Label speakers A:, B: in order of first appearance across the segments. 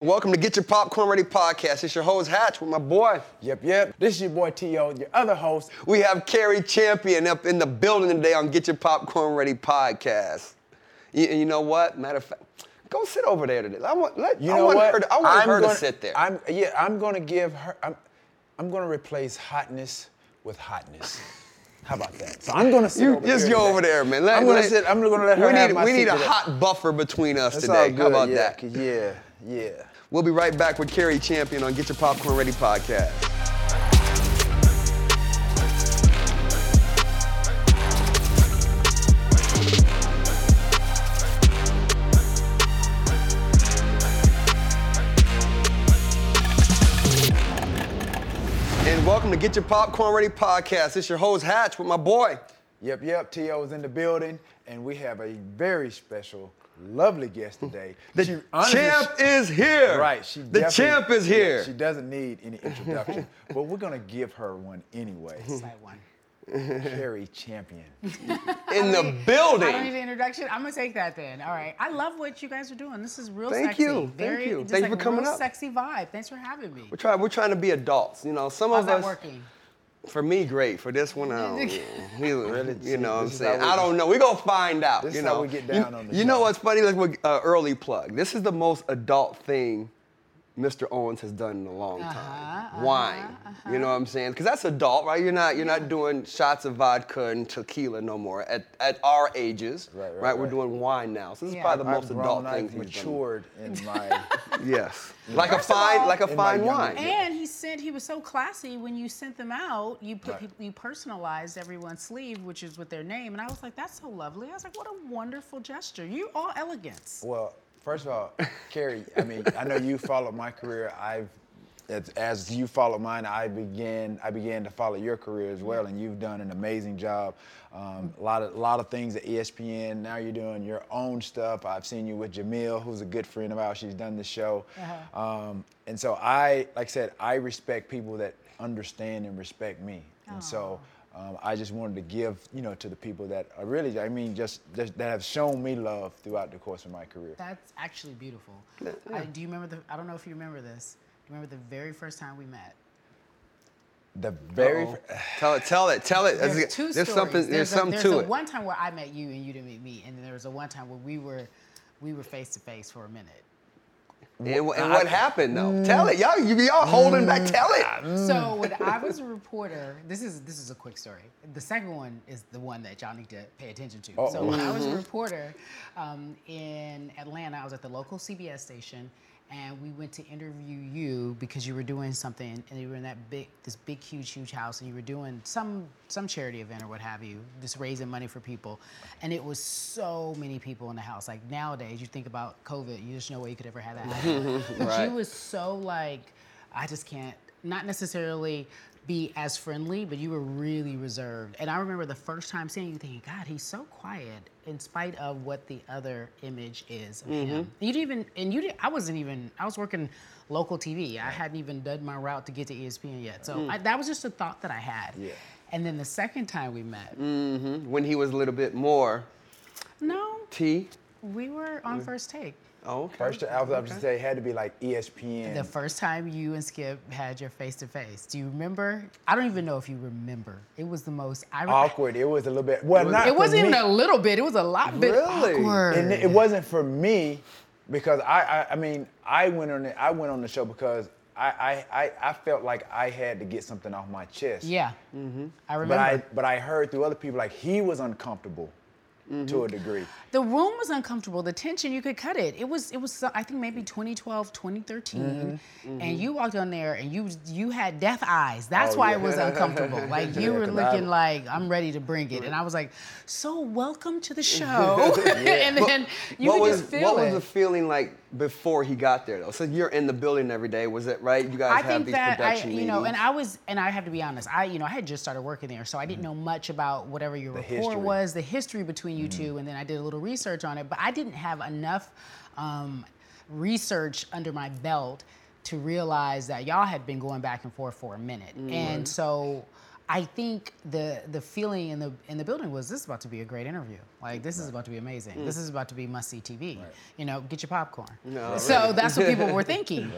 A: Welcome to Get Your Popcorn Ready podcast. It's your host Hatch with my boy.
B: Yep, yep. This is your boy T.O., your other host.
A: We have Carrie Champion up in the building today on Get Your Popcorn Ready podcast. You, you know what? Matter of fact, go sit over there today. I want let,
B: You
A: I
B: know
A: want
B: what?
A: her to, I want
B: I'm
A: her
B: gonna,
A: to sit there.
B: I'm, yeah, I'm going to give her, I'm, I'm going to replace hotness with hotness. How about that? So I'm going to sit
A: you
B: over
A: just
B: here
A: go
B: today.
A: over there, man. Let-
B: I'm going
A: let-
B: to sit, I'm going to let her
A: we need,
B: have my
A: We
B: seat
A: need a
B: today.
A: hot buffer between us
B: That's all
A: today.
B: good,
A: How about
B: yeah,
A: that?
B: 'cause Yeah, yeah.
A: We'll be right back with Carrie Champion on Get Your Popcorn Ready podcast. And welcome to Get Your Popcorn Ready podcast. It's your host Hatch with my boy.
B: Yep, yep. T.O. is in the building, and we have a very special, lovely guest today.
A: The
B: She honestly-
A: champ is here.
B: Right. She
A: the
B: definitely-
A: champ is
B: yeah,
A: here.
B: She doesn't need any introduction, but we're gonna give her one anyway.
C: Like one.
B: Carrie Champion.
A: in the
C: I don't need
A: building.
C: an introduction. I'm gonna take that then. All right. I love what you guys are doing. This is real
A: Thank
C: sexy.
A: you. Thank
C: Very,
A: you.
C: just
A: Thank you
C: like
A: for coming
C: real
A: up.
C: Sexy vibe. Thanks for having me.
A: We're trying. We're trying to be adults. You know, some
C: How's
A: of
C: that
A: us.
C: working?
A: For me, great. For this one, I don't. You, you know what I'm
B: This is
A: saying?
B: how we-
A: I don't know. We're going to find out.
B: This
A: you
B: is
A: know?
B: how we get
A: You-
B: down on the
A: You know
B: job.
A: what's funny? Like, with, uh, early plug. This is the most adult thing Mr. Owens has done in a long
C: Uh-huh,
A: time. Wine. You know what I'm saying? Because that's adult, right? You're not you're not doing shots of vodka and tequila no more at, at our ages.
B: Right, right,
A: We're
B: right.
A: doing wine now. So this
C: Yeah.
A: is probably the
B: I've
A: most adult
B: grown,
A: thing
B: I've
A: he's
B: matured in my.
A: done. Yes. Like a fine
C: all,
A: like a
B: in my
A: fine
B: younger
A: wine.
B: days.
C: And he sent. He was so classy when you sent them out. You put
B: Right.
C: people, you personalized everyone's sleeve, which is with their name. And I was like, that's so lovely. I was like, what a wonderful gesture. You all elegance.
A: Oh.
B: Well, first of all, Carrie. I mean, I know you followed my career. I've, as, as you follow mine, I began. I began to follow your career as well, and you've done an amazing job. Um, a lot of a lot of things at E ESPN. Now you're doing your own stuff. I've seen you with Jamil, who's a good friend of ours. She's done the show, um, and so I, like I said, I respect people that understand and respect me, and so. Um, I just wanted to give, you know, to the people that are really, I mean, just, just that have shown me love throughout the course of my career.
C: That's actually beautiful. I, do you remember the? I don't know if you remember this. Do you remember the very first time we met?
B: The very,
A: Uh-oh.
B: fir-
A: Tell it, tell it, tell it.
C: There's two
A: there's
C: stories.
A: something there's,
C: a-
A: something
C: there's
A: to
C: a
A: it.
C: one time where I met you and you didn't meet me, and then there was a one time where we were we were face to face for a minute.
A: And, wh- and what happened though? tell it, y'all. You y'all holding back. Tell it.
C: So when I was a reporter, this is this is a quick story. The second one is the one that y'all need to pay attention to. So
B: Uh-oh.
C: when I was a reporter um, in Atlanta, I was at the local CBS station, and we went to interview you because you were doing something, and you were in that big, this big, huge, huge house, and you were doing some some charity event or what have you, just raising money for people, and it was so many people in the house. Like nowadays, you think about COVID, you just know way you could ever have that happen. But
A: Right.
C: you was so like, I just can't, not necessarily be as friendly, but you were really reserved. And I remember the first time seeing you thinking, God, he's so quiet in spite of what the other image is of him. You didn't even, and you didn't, I wasn't even, I was working local TV. I hadn't even done my route to E get to ESPN yet. So I, that was just a thought that I had.
B: Yeah.
C: And then the second time we met,
A: When he was a little bit more
C: no,
A: T.
C: we were on first take.
A: Oh, okay.
B: first, I was about to say, it had to be like E ESPN.
C: The first time you and Skip had your face to face, do you remember? I don't even know if you remember. It was the most. I re-
B: awkward. It was a little bit. Well, not
C: It
B: for
C: wasn't even
B: me.
C: a little bit. It was a lot bit
A: Really?
C: awkward.
B: And it wasn't for me because I, I, I mean, I went on the, I went on the show because I, I, I, I felt like I had to get something off my chest.
C: yeah, Mm-hmm. I remember.
B: But I, but I heard through other people like he was uncomfortable to a degree.
C: the room was uncomfortable. The tension, you could cut it. It was, it was. I think maybe 2012, 2013,
B: Mm-hmm.
C: and you walked on there and you you had death eyes. That's
B: Oh,
C: why
B: yeah.
C: it was uncomfortable. Like you
B: Yeah,
C: were
B: 'cause I-
C: looking like I'm ready to bring it, and I was like, so welcome to the show. and then you
A: what
C: could
A: was
C: just feel
A: what was
C: it.
A: the feeling like before he got there though? So you're in the building every day. Was it right? You guys
C: I
A: have
C: think
A: these
C: that I,
A: production
C: you know, and
A: meetings.
C: I was, and I have to be honest, I, you know, I had just started working there, so I
A: Mm-hmm.
C: didn't know much about whatever your rapport
B: history.
C: was, the history between you
A: Mm-hmm.
C: two, and then I did a little research on it, but I didn't have enough um, research under my
A: Mm-hmm.
C: belt to realize that y'all had been going back and forth for a minute, and so. I think the the feeling in the in the building was this is about to be a great interview. Like this is about to be amazing.
B: Mm.
C: This is about to be must see TV. You know, get your popcorn.
A: No,
C: so
A: right.
C: that's what people were thinking,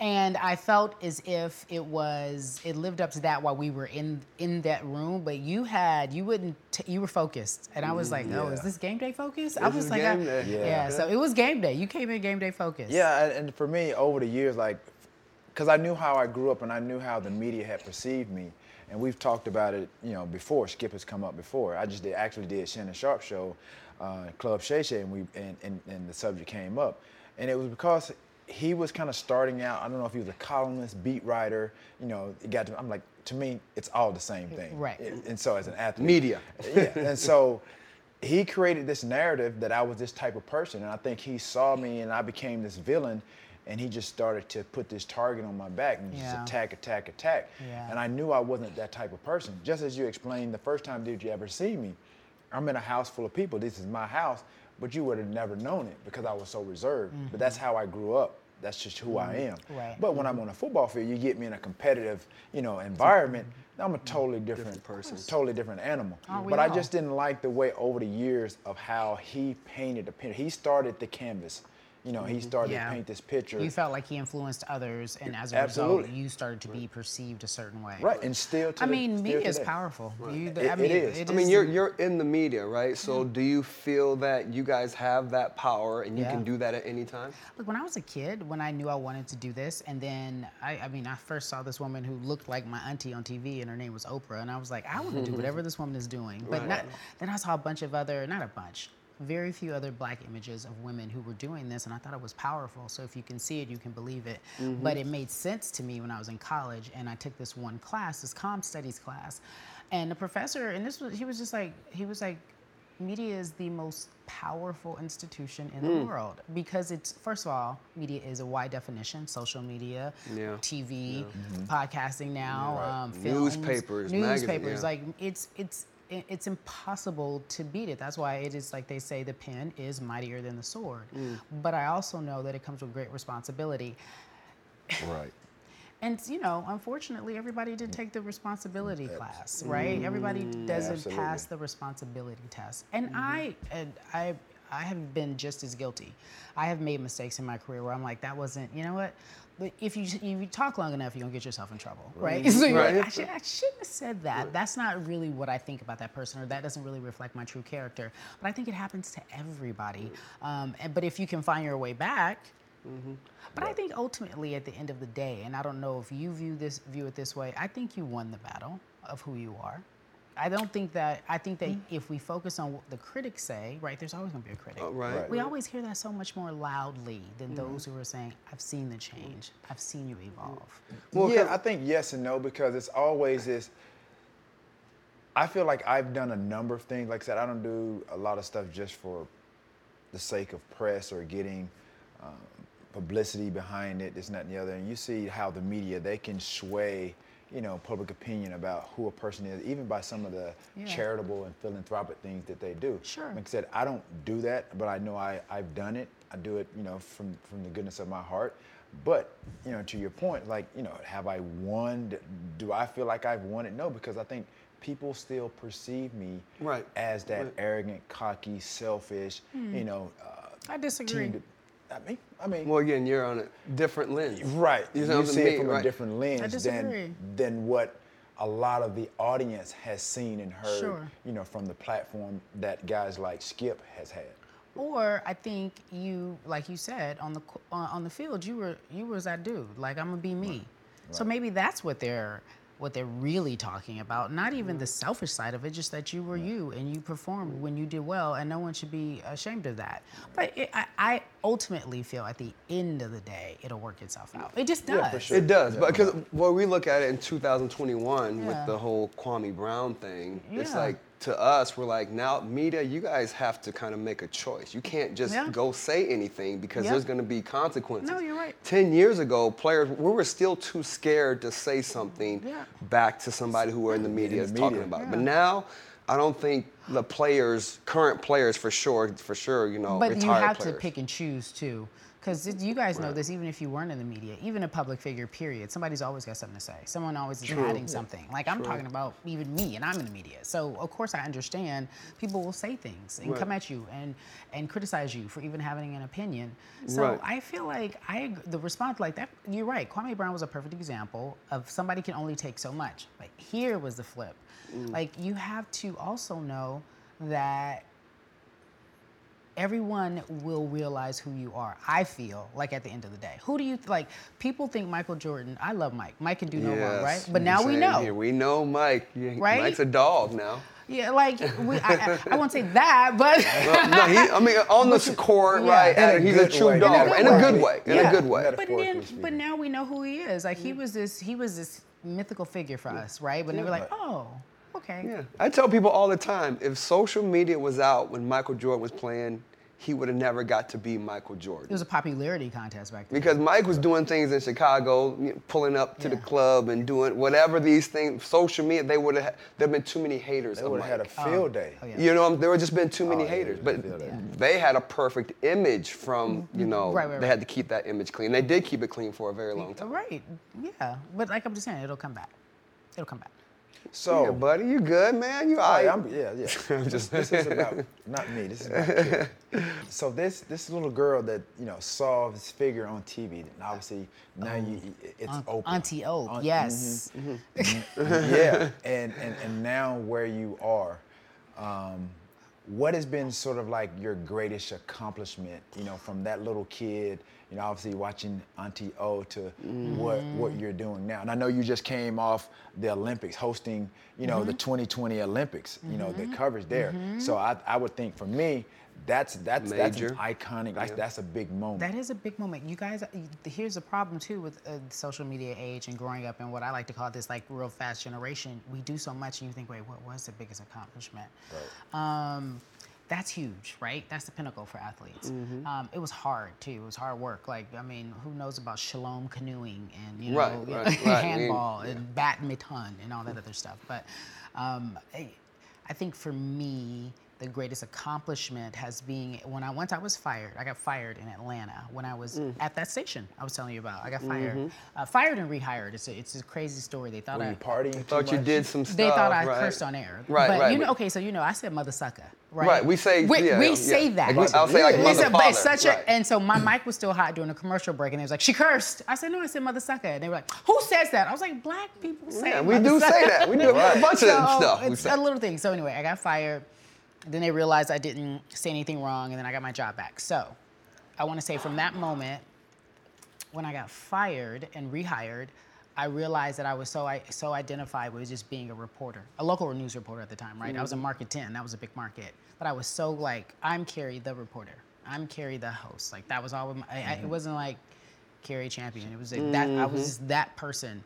C: and I felt as if it was it lived up to that while we were in in that room. But you had you wouldn't t- you were focused, and I was like, no, is
B: yeah.
C: this game day focus? I
A: This
C: was
A: is
C: like, I-
A: game day.
C: yeah.
A: Yeah.
C: So it was game day. You came in game day focused.
B: Yeah, and, and for me, over the years, like, because I knew how I grew up and I knew how the media had perceived me. And we've talked about it, you know, before. Skip has come up before. I just did, actually did Shannon Sharp show, uh, Club Shay Shay, and we and, and, and the subject came up, and it was because he was kind of starting out. I don't know if he was a columnist, beat writer. You know, it got to. I'm like, to me, it's all the same thing.
C: Right.
B: And- and so as an athlete,
A: Media.
B: yeah. And so he created this narrative that I was this type of person. And I think he saw me and I became this villain. And he just started to put this target on my back and
C: Yeah.
B: just attack, attack, attack.
C: Yeah.
B: And I knew I wasn't that type of person. Just as you explained the first time, did you ever see me? I'm in a house full of people. This is my house, but you would have never known it because I was so reserved. But that's how I grew up. That's just who I am.
C: Mm-hmm. Right. Mm-hmm.
B: But when I'm on a football field, you get me in a competitive, you know, environment. I'm a totally different, person, totally different animal.
C: Aren't we
B: but I
C: all?
B: just didn't like the way over the years of how he painted the picture. He started the canvas. You know, he started
C: Mm-hmm. Yeah.
B: to paint this picture.
C: You felt like he influenced others, and as a
B: Absolutely.
C: result, you started to be perceived a certain way.
B: right, and still to
C: I
B: the-
C: mean,
B: still
C: media is
B: today.
C: powerful. You,
B: It-
C: I
B: it
C: mean,
B: is.
C: it
B: I
A: I mean,
C: is-
A: you're you're in the media, right? So
C: Mm-hmm.
A: do you feel that you guys have that power and you
C: Yeah.
A: can do that at any time?
C: Look, when I was a kid, when I knew I wanted to do this, and then I, I mean, I first saw this woman who looked like my auntie on TV, and her name was Oprah, and I was like, I want to do whatever this woman is doing. But not, then I saw a bunch of other, not a bunch, very few other black images of women who were doing this, and I thought it was powerful. So if you can see it, you can believe it.
A: Mm-hmm.
C: But it made sense to me when I was in college, and I took this one class, this comm studies class, and the professor, and this was, he was just like, he was like, media is the most powerful institution in
A: Hmm.
C: the world because it's first of all media is a wide definition social media
A: Yeah.
C: tv podcasting now um, films,
A: Newspapers, magazine-
C: newspapers
A: yeah.
C: like it's it's i- it's impossible to beat it that's why it is like they say the pen is mightier than the sword
A: Mm.
C: but i also know that it comes with great responsibility
B: Right.
C: and you know, unfortunately, everybody didn't take the responsibility class, right? Everybody doesn't
B: absolutely.
C: pass the responsibility test, and I, and I, I have been just as guilty. I have made mistakes in my career where I'm like, that wasn't, you know what? But if you if you talk long enough, you're gonna get yourself in trouble, right? so you're like,
A: Right.
C: I, should, I shouldn't have said that. That's not really what I think about that person, or that doesn't really reflect my true character. But I think it happens to everybody. Um, and, but if you can find your way back, but I think ultimately, at the end of the day, and I don't know if you view this view it this way, I think you won the battle of who you are. I don't think that. I think that if we focus on what the critics say, right? There's always going to be a critic.
A: Oh, Right.
C: We always hear that so much more loudly than those who are saying, "I've seen the change. I've seen you evolve."
B: yeah, I think yes and no because it's always this. I feel like I've done a number of things. Like I said, I don't do a lot of stuff just for the sake of press or getting um, publicity behind it, this, and that, and the other. And you see how the media they can sway, you know, public opinion about who a person is, even by some of the
C: Yeah.
B: charitable and philanthropic things that they do.
C: Sure.
B: Like I said, I don't do that, but I know I, I've done it. I do it, you know, from from the goodness of my heart. But you know, to your point, like you know, have I won? Do I feel like I've won it? No, because I think people still perceive me
A: Right.
B: as that
A: Right. Hmm.
B: arrogant, cocky, selfish, you know, uh,
C: I disagree.
B: team to- I mean, I mean,
A: Well, again, you're on a different lens.
B: right.
A: You
B: You,
A: know what I
B: see
A: mean,
B: it from
A: right.
B: a different lens
C: disagree.
B: than than what a lot of the audience has seen and heard.
C: Sure.
B: You know, from the platform that guys like Skip has had.
C: Or I think you, like you said, on the qu- uh, on on the field, you were you was that dude. Like I'm gonna be me. So maybe that's what they're what they're really talking about. Not even the selfish side of it, just that you were you and you performed when you did well, and no one should be ashamed of that. But it, I, I ultimately feel at the end of the day, it'll work itself out. It just does.
B: Yeah, for sure.
A: It does, but because when we look at it in 2021
C: Yeah.
A: with the whole Kwame Brown thing, it's
C: Yeah.
A: like to us we're like now media, you guys have to kind of make a choice. You can't just
C: Yeah.
A: go say anything because
C: Yeah.
A: there's going to be consequences.
C: No, you're right.
A: Ten years ago, players we were still too scared to say something
C: Yeah.
A: back to somebody who were in the media is
B: the
A: talking
B: media.
A: about. it.
C: Yeah.
A: But now. I don't think the players, current players for sure, for sure, you know,
C: But you
A: retired
C: have
A: players.
C: to pick and choose too. 'Cause Because you guys know this, even if you weren't in the media, even a public figure, period, somebody's always got something to say. Someone always is adding something. Like I'm talking about even me, and I'm in the media. So of course I understand people will say things and come at you and and criticize you for even having an opinion. So
A: Right.
C: I feel like I ag- the response like that. You're right. Kwame Brown was a perfect example of somebody can only take so much. Like here was the flip.
A: Mm.
C: Like you have to also know that everyone will realize who you are. I feel like at the end of the day, who do you like? People think Michael Jordan. I love Mike. Mike can do no wrong, right? But now we
A: Same
C: know.
A: here. We know Mike. Yeah,
C: Right?
A: Mike's a dog now.
C: Yeah, like we. I, I, I won't say that, but.
A: Well, no, he, I mean, on the court,
C: yeah.
A: right?
C: In
B: a
A: and he's a
B: good
A: true
B: way. In a
A: dog.
C: good
A: In a
C: way.
A: good way. In
C: Yeah.
A: a good way.
C: But
B: metaphorically
C: then,
B: speaking.
C: but now we know who he is. Like he was this, he was this mythical figure for us, right? But they were like, oh, okay.
A: Yeah. I tell people all the time if social media was out when Michael Jordan was playing, he would have never got to be Michael Jordan.
C: It was a popularity contest back then.
A: because Mike was doing things in Chicago, you know, pulling up to the
C: Yeah.
A: club and doing whatever these things, social media, they would have, there'd been too many haters
B: They
A: of
B: would
A: Mike.
B: have had a field day.
C: oh, yeah. Oh,
A: You know, um, there would just been too many
B: yeah,
A: haters.
B: yeah,
A: But
B: yeah. Yeah.
A: they had a perfect image from, you know,
C: Mm-hmm. Right, right,
A: they
C: right.
A: had to keep that image clean. They did keep it clean for a very long time.
C: right? Yeah, but like I'm just saying, it'll come back. It'll come back. Oh.
B: So,
A: Yeah, buddy, you good, man? You all
B: I,
A: right?
B: am yeah, yeah. this, this is about not me. This is about kids. So this this little girl that you know saw this figure on TV, and obviously now you it's
C: Oh. Aunt-
B: open.
C: Auntie Oak,
B: Aunt-
C: yes.
A: Mm-hmm.
B: mhm. yeah, and, and and now where you are, um, what has been sort of like your greatest accomplishment? You know, from that little kid, you know, obviously watching Auntie O to what what you're doing now. And I know you just came off the Olympics, hosting you know the 2020 Olympics. You know, the coverage there. So I I would think for me. That's that's
A: Major.
B: that's an iconic. Like that's a big moment.
A: Mm.
C: That is a big moment. You guys, here's the problem too with uh, the social media age and growing up in what I like to call this like real fast generation. We do so much, and you think, wait, what was the biggest accomplishment? Um, that's huge, right? That's the pinnacle for athletes.
A: Mm-hmm.
C: Um, it was hard too. It was hard work. Like, I mean, who knows about shalom canoeing and you know
A: Right, right, right. I mean,
C: handball and badminton and all that other stuff. But um, I, I think for me, the greatest accomplishment has been when I once I was fired. I got fired in Atlanta when I was at that station I was telling you about. I got fired, uh, fired and rehired. It's a, it's a crazy story. They thought
B: Were
C: I
B: Oh, you partying?
A: Thought
B: too
A: you
B: much?
A: did some stuff.
C: they thought I
A: right?
C: cursed on air.
A: Right,
C: but
A: right,
C: You know,
A: but-
C: okay, so you know, I said mother sucker, right?
A: Right, we say-
C: we,
A: yeah,
C: we
A: yeah.
C: say that.
A: Like, I'll say, like,
C: We said- but it's
A: motherfather,
C: such a-
A: right.
C: and so my mic was still hot during a commercial break, and they was like, she cursed. I said, no, I said mother sucker, and they were like, who says that? I was like, black people say.
A: Yeah, we
C: mother
A: do say
C: sucker."
A: that. We do a bunch of
C: So,
A: stuff. we
C: It's
A: say.
C: a little thing. So anyway, I got fired. Then they realized I didn't say anything wrong, and then I got my job back. So I want to say from that moment, when I got fired and rehired, I realized that I was so I so identified with just being a reporter, a local news reporter at the time, right? I was in Market 10, that was a big market, but I was so like I'm Carrie the reporter, I'm Carrie the host, like that was all. With my, I, I, it wasn't like Carrie Champion, it was like that I was just that person.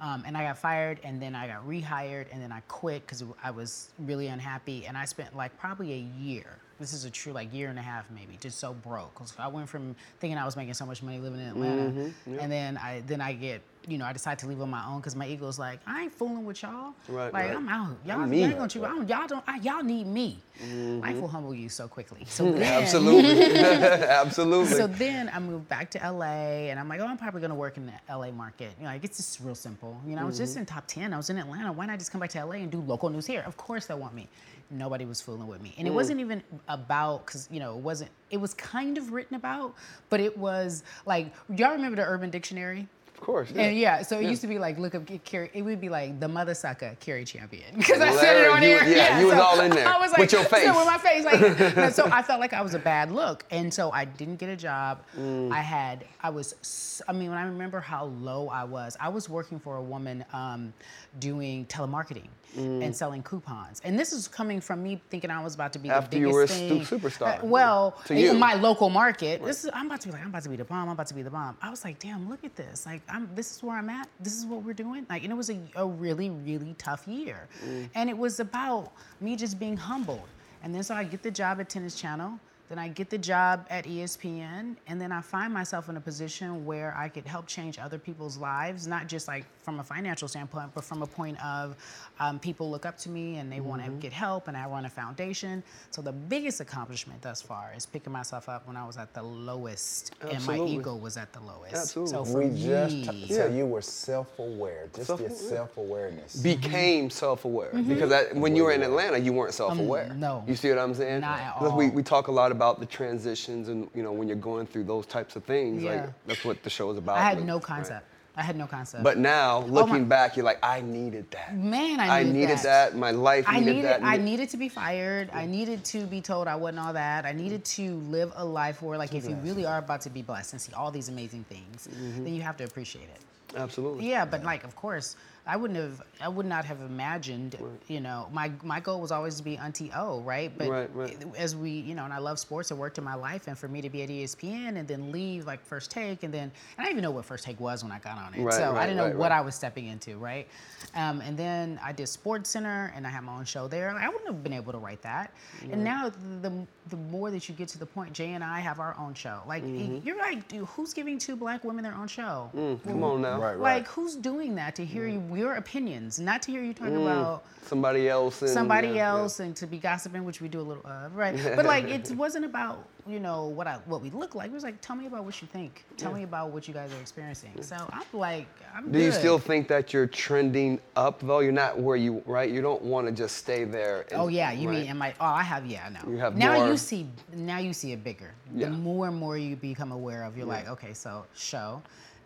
C: Um, and I got fired, and then I got rehired, and then I quit because I was really unhappy. And I spent like probably a year. This is a true like year and a half maybe, just so broke. 'Cause I went from thinking I was making so much money living in Atlanta,
A: Mm-hmm,
C: and then I then I get you know I decide to leave on my own because my ego's like I ain't fooling with y'all.
A: Right,
C: like
A: right.
C: I'm out. Y'all,
A: I'm
C: y'all
A: me.
C: ain't gonna treat. I don't, y'all don't. I, y'all need me. Life will humble you so quickly. So then,
A: Mm-hmm. Absolutely. Absolutely.
C: so then I moved back to LA, and I'm like, oh, I'm probably gonna work in the LA market. You know, like it's just real simple. You know, I was just in top ten. I was in Atlanta. Why not just come back to LA and do local news here? Of course they want me. Nobody was fooling with me, and it wasn't even about because you know it wasn't. It was kind of written about, but it was like y'all remember the Urban Dictionary.
A: of course.
C: And yeah, so it used to be like, look up Carrie. It would be like the mother sucker Carrie champion because I said it
A: Larry,
C: on
A: you-
C: air.
A: yeah, you was
C: so
A: all in there
C: I was
A: with
C: like,
A: your face.
C: So with my face, like, no, so I felt like I was a bad look, and so I didn't get a job.
A: Mm.
C: I had, I was, s- I mean, when I remember how low I was, I was working for a woman um, doing telemarketing
A: Mm.
C: and selling coupons, and this is coming from me thinking I was about to be
A: After
C: the
A: you
C: biggest
A: were a
C: thing.
A: stu- superstar.
C: Uh, well,
A: To
C: in
A: you.
C: my local market. This is I'm about to be like I'm about to be the bomb. I'm about to be the bomb. I was like, damn, look at this. Like I'm this is where I'm at. This is what we're doing. Like and it was a, a really really tough year, and it was about me just being humbled. And then so I get the job at Tennis Channel. Then I get the job at E ESPN, and then I find myself in a position where I could help change other people's lives, not just like from a financial standpoint, but from a point of um, people look up to me and they want
A: Mm-hmm.
C: to get help, and I run a foundation. So the biggest accomplishment thus far is picking myself up when I was at the lowest, and my
A: Absolutely.
C: ego was at the lowest. So
A: Absolutely.
C: for
B: We
C: me,
B: just t-
A: Yeah.
B: so you were self-aware, just your
A: Self-aware.
B: self-awareness.
A: became
C: Mm-hmm.
A: self-aware because that, when you were in Atlanta, you weren't self-aware.
C: Um, no.
A: you see what I'm saying?
C: Not at
A: Because We,
C: all.
A: we talk a lot about the transitions and you know when you're going through those types of things. Like
C: Yeah.
A: that's what the show's about.
C: I had
A: like,
C: no
A: right?
C: concept. I had no concept.
A: But now looking
C: my-
A: back, you're like, I needed that.
C: Man, I
A: I
C: needed
A: needed
C: that.
A: that. My life
C: I
A: needed,
C: needed
A: that.
C: I needed to be fired. I needed to be told I wasn't all that. I needed to live a life where like if you really are about to be blessed and see all these amazing things,
A: Mm-hmm.
C: then you have to appreciate it.
A: Absolutely.
C: Yeah, but like of course, I wouldn't have I would not have imagined, you know, my my goal was always to be Auntie O, right? But
A: Right, right.
C: as we, you know, and I love sports, it worked in my life and for me to be at E ESPN and then leave like first take and then and I didn't even know what first take was when I got on it.
A: Right,
C: so I
A: right,
C: didn't know
A: right,
C: what
A: right.
C: I was stepping into, right? Um, and then I did Sports Center and I had my own show there. Like, I wouldn't have been able to write that. And now the the more that you get to the point, Jay and I have our own show. Like
A: Mm-hmm.
C: you're like, dude, who's giving two black women their own show?
A: Come on now.
B: Right, right.
C: Like who's doing that to hear
A: Mm.
C: you, your opinions, not to hear you talking about
A: Somebody else. And,
C: somebody
A: Mm. yeah, yeah.
C: else and to be gossiping, which we do a little of, right? But like it wasn't about you know what I what we look like. It was like tell me about what you think. Tell me about what you guys are experiencing. So I'm like, I'm.
A: Do you
C: good.
A: still think that you're trending up though? You're not where you right. You don't want to just stay there. and-
C: Oh yeah, you
A: right?
C: mean am I? Oh, I have yeah, I know.
A: You have
C: now you
A: more-
C: see now you see it bigger.
A: Yeah.
C: The more and more you become aware of, you're like, okay, so show,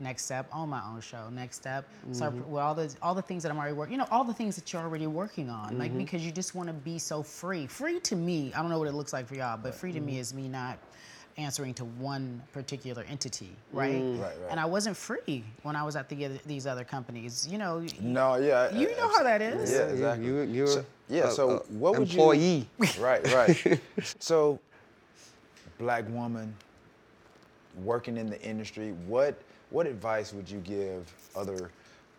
C: next step, own my own show, next step, start
A: Mm-hmm.
C: with all the all the things that I'm already working, you know, all the things that you're already working on,
A: Mm-hmm.
C: like because you just want to be so free. Free to me, I don't know what it looks like for y'all, but free to
A: Mm-hmm.
C: me is me not answering to one particular entity, right?
A: Mm.
B: Right, right.
C: And I wasn't free when I was at the, other- these other companies, you know.
B: No, yeah.
C: You know how that is.
B: Yeah,
A: Yeah,
B: exactly.
A: you- you're
B: so, yeah.
A: a-
B: So
A: a
B: what would
A: employee.
B: you? Right, right. so, black woman working in the industry. What what advice would you give other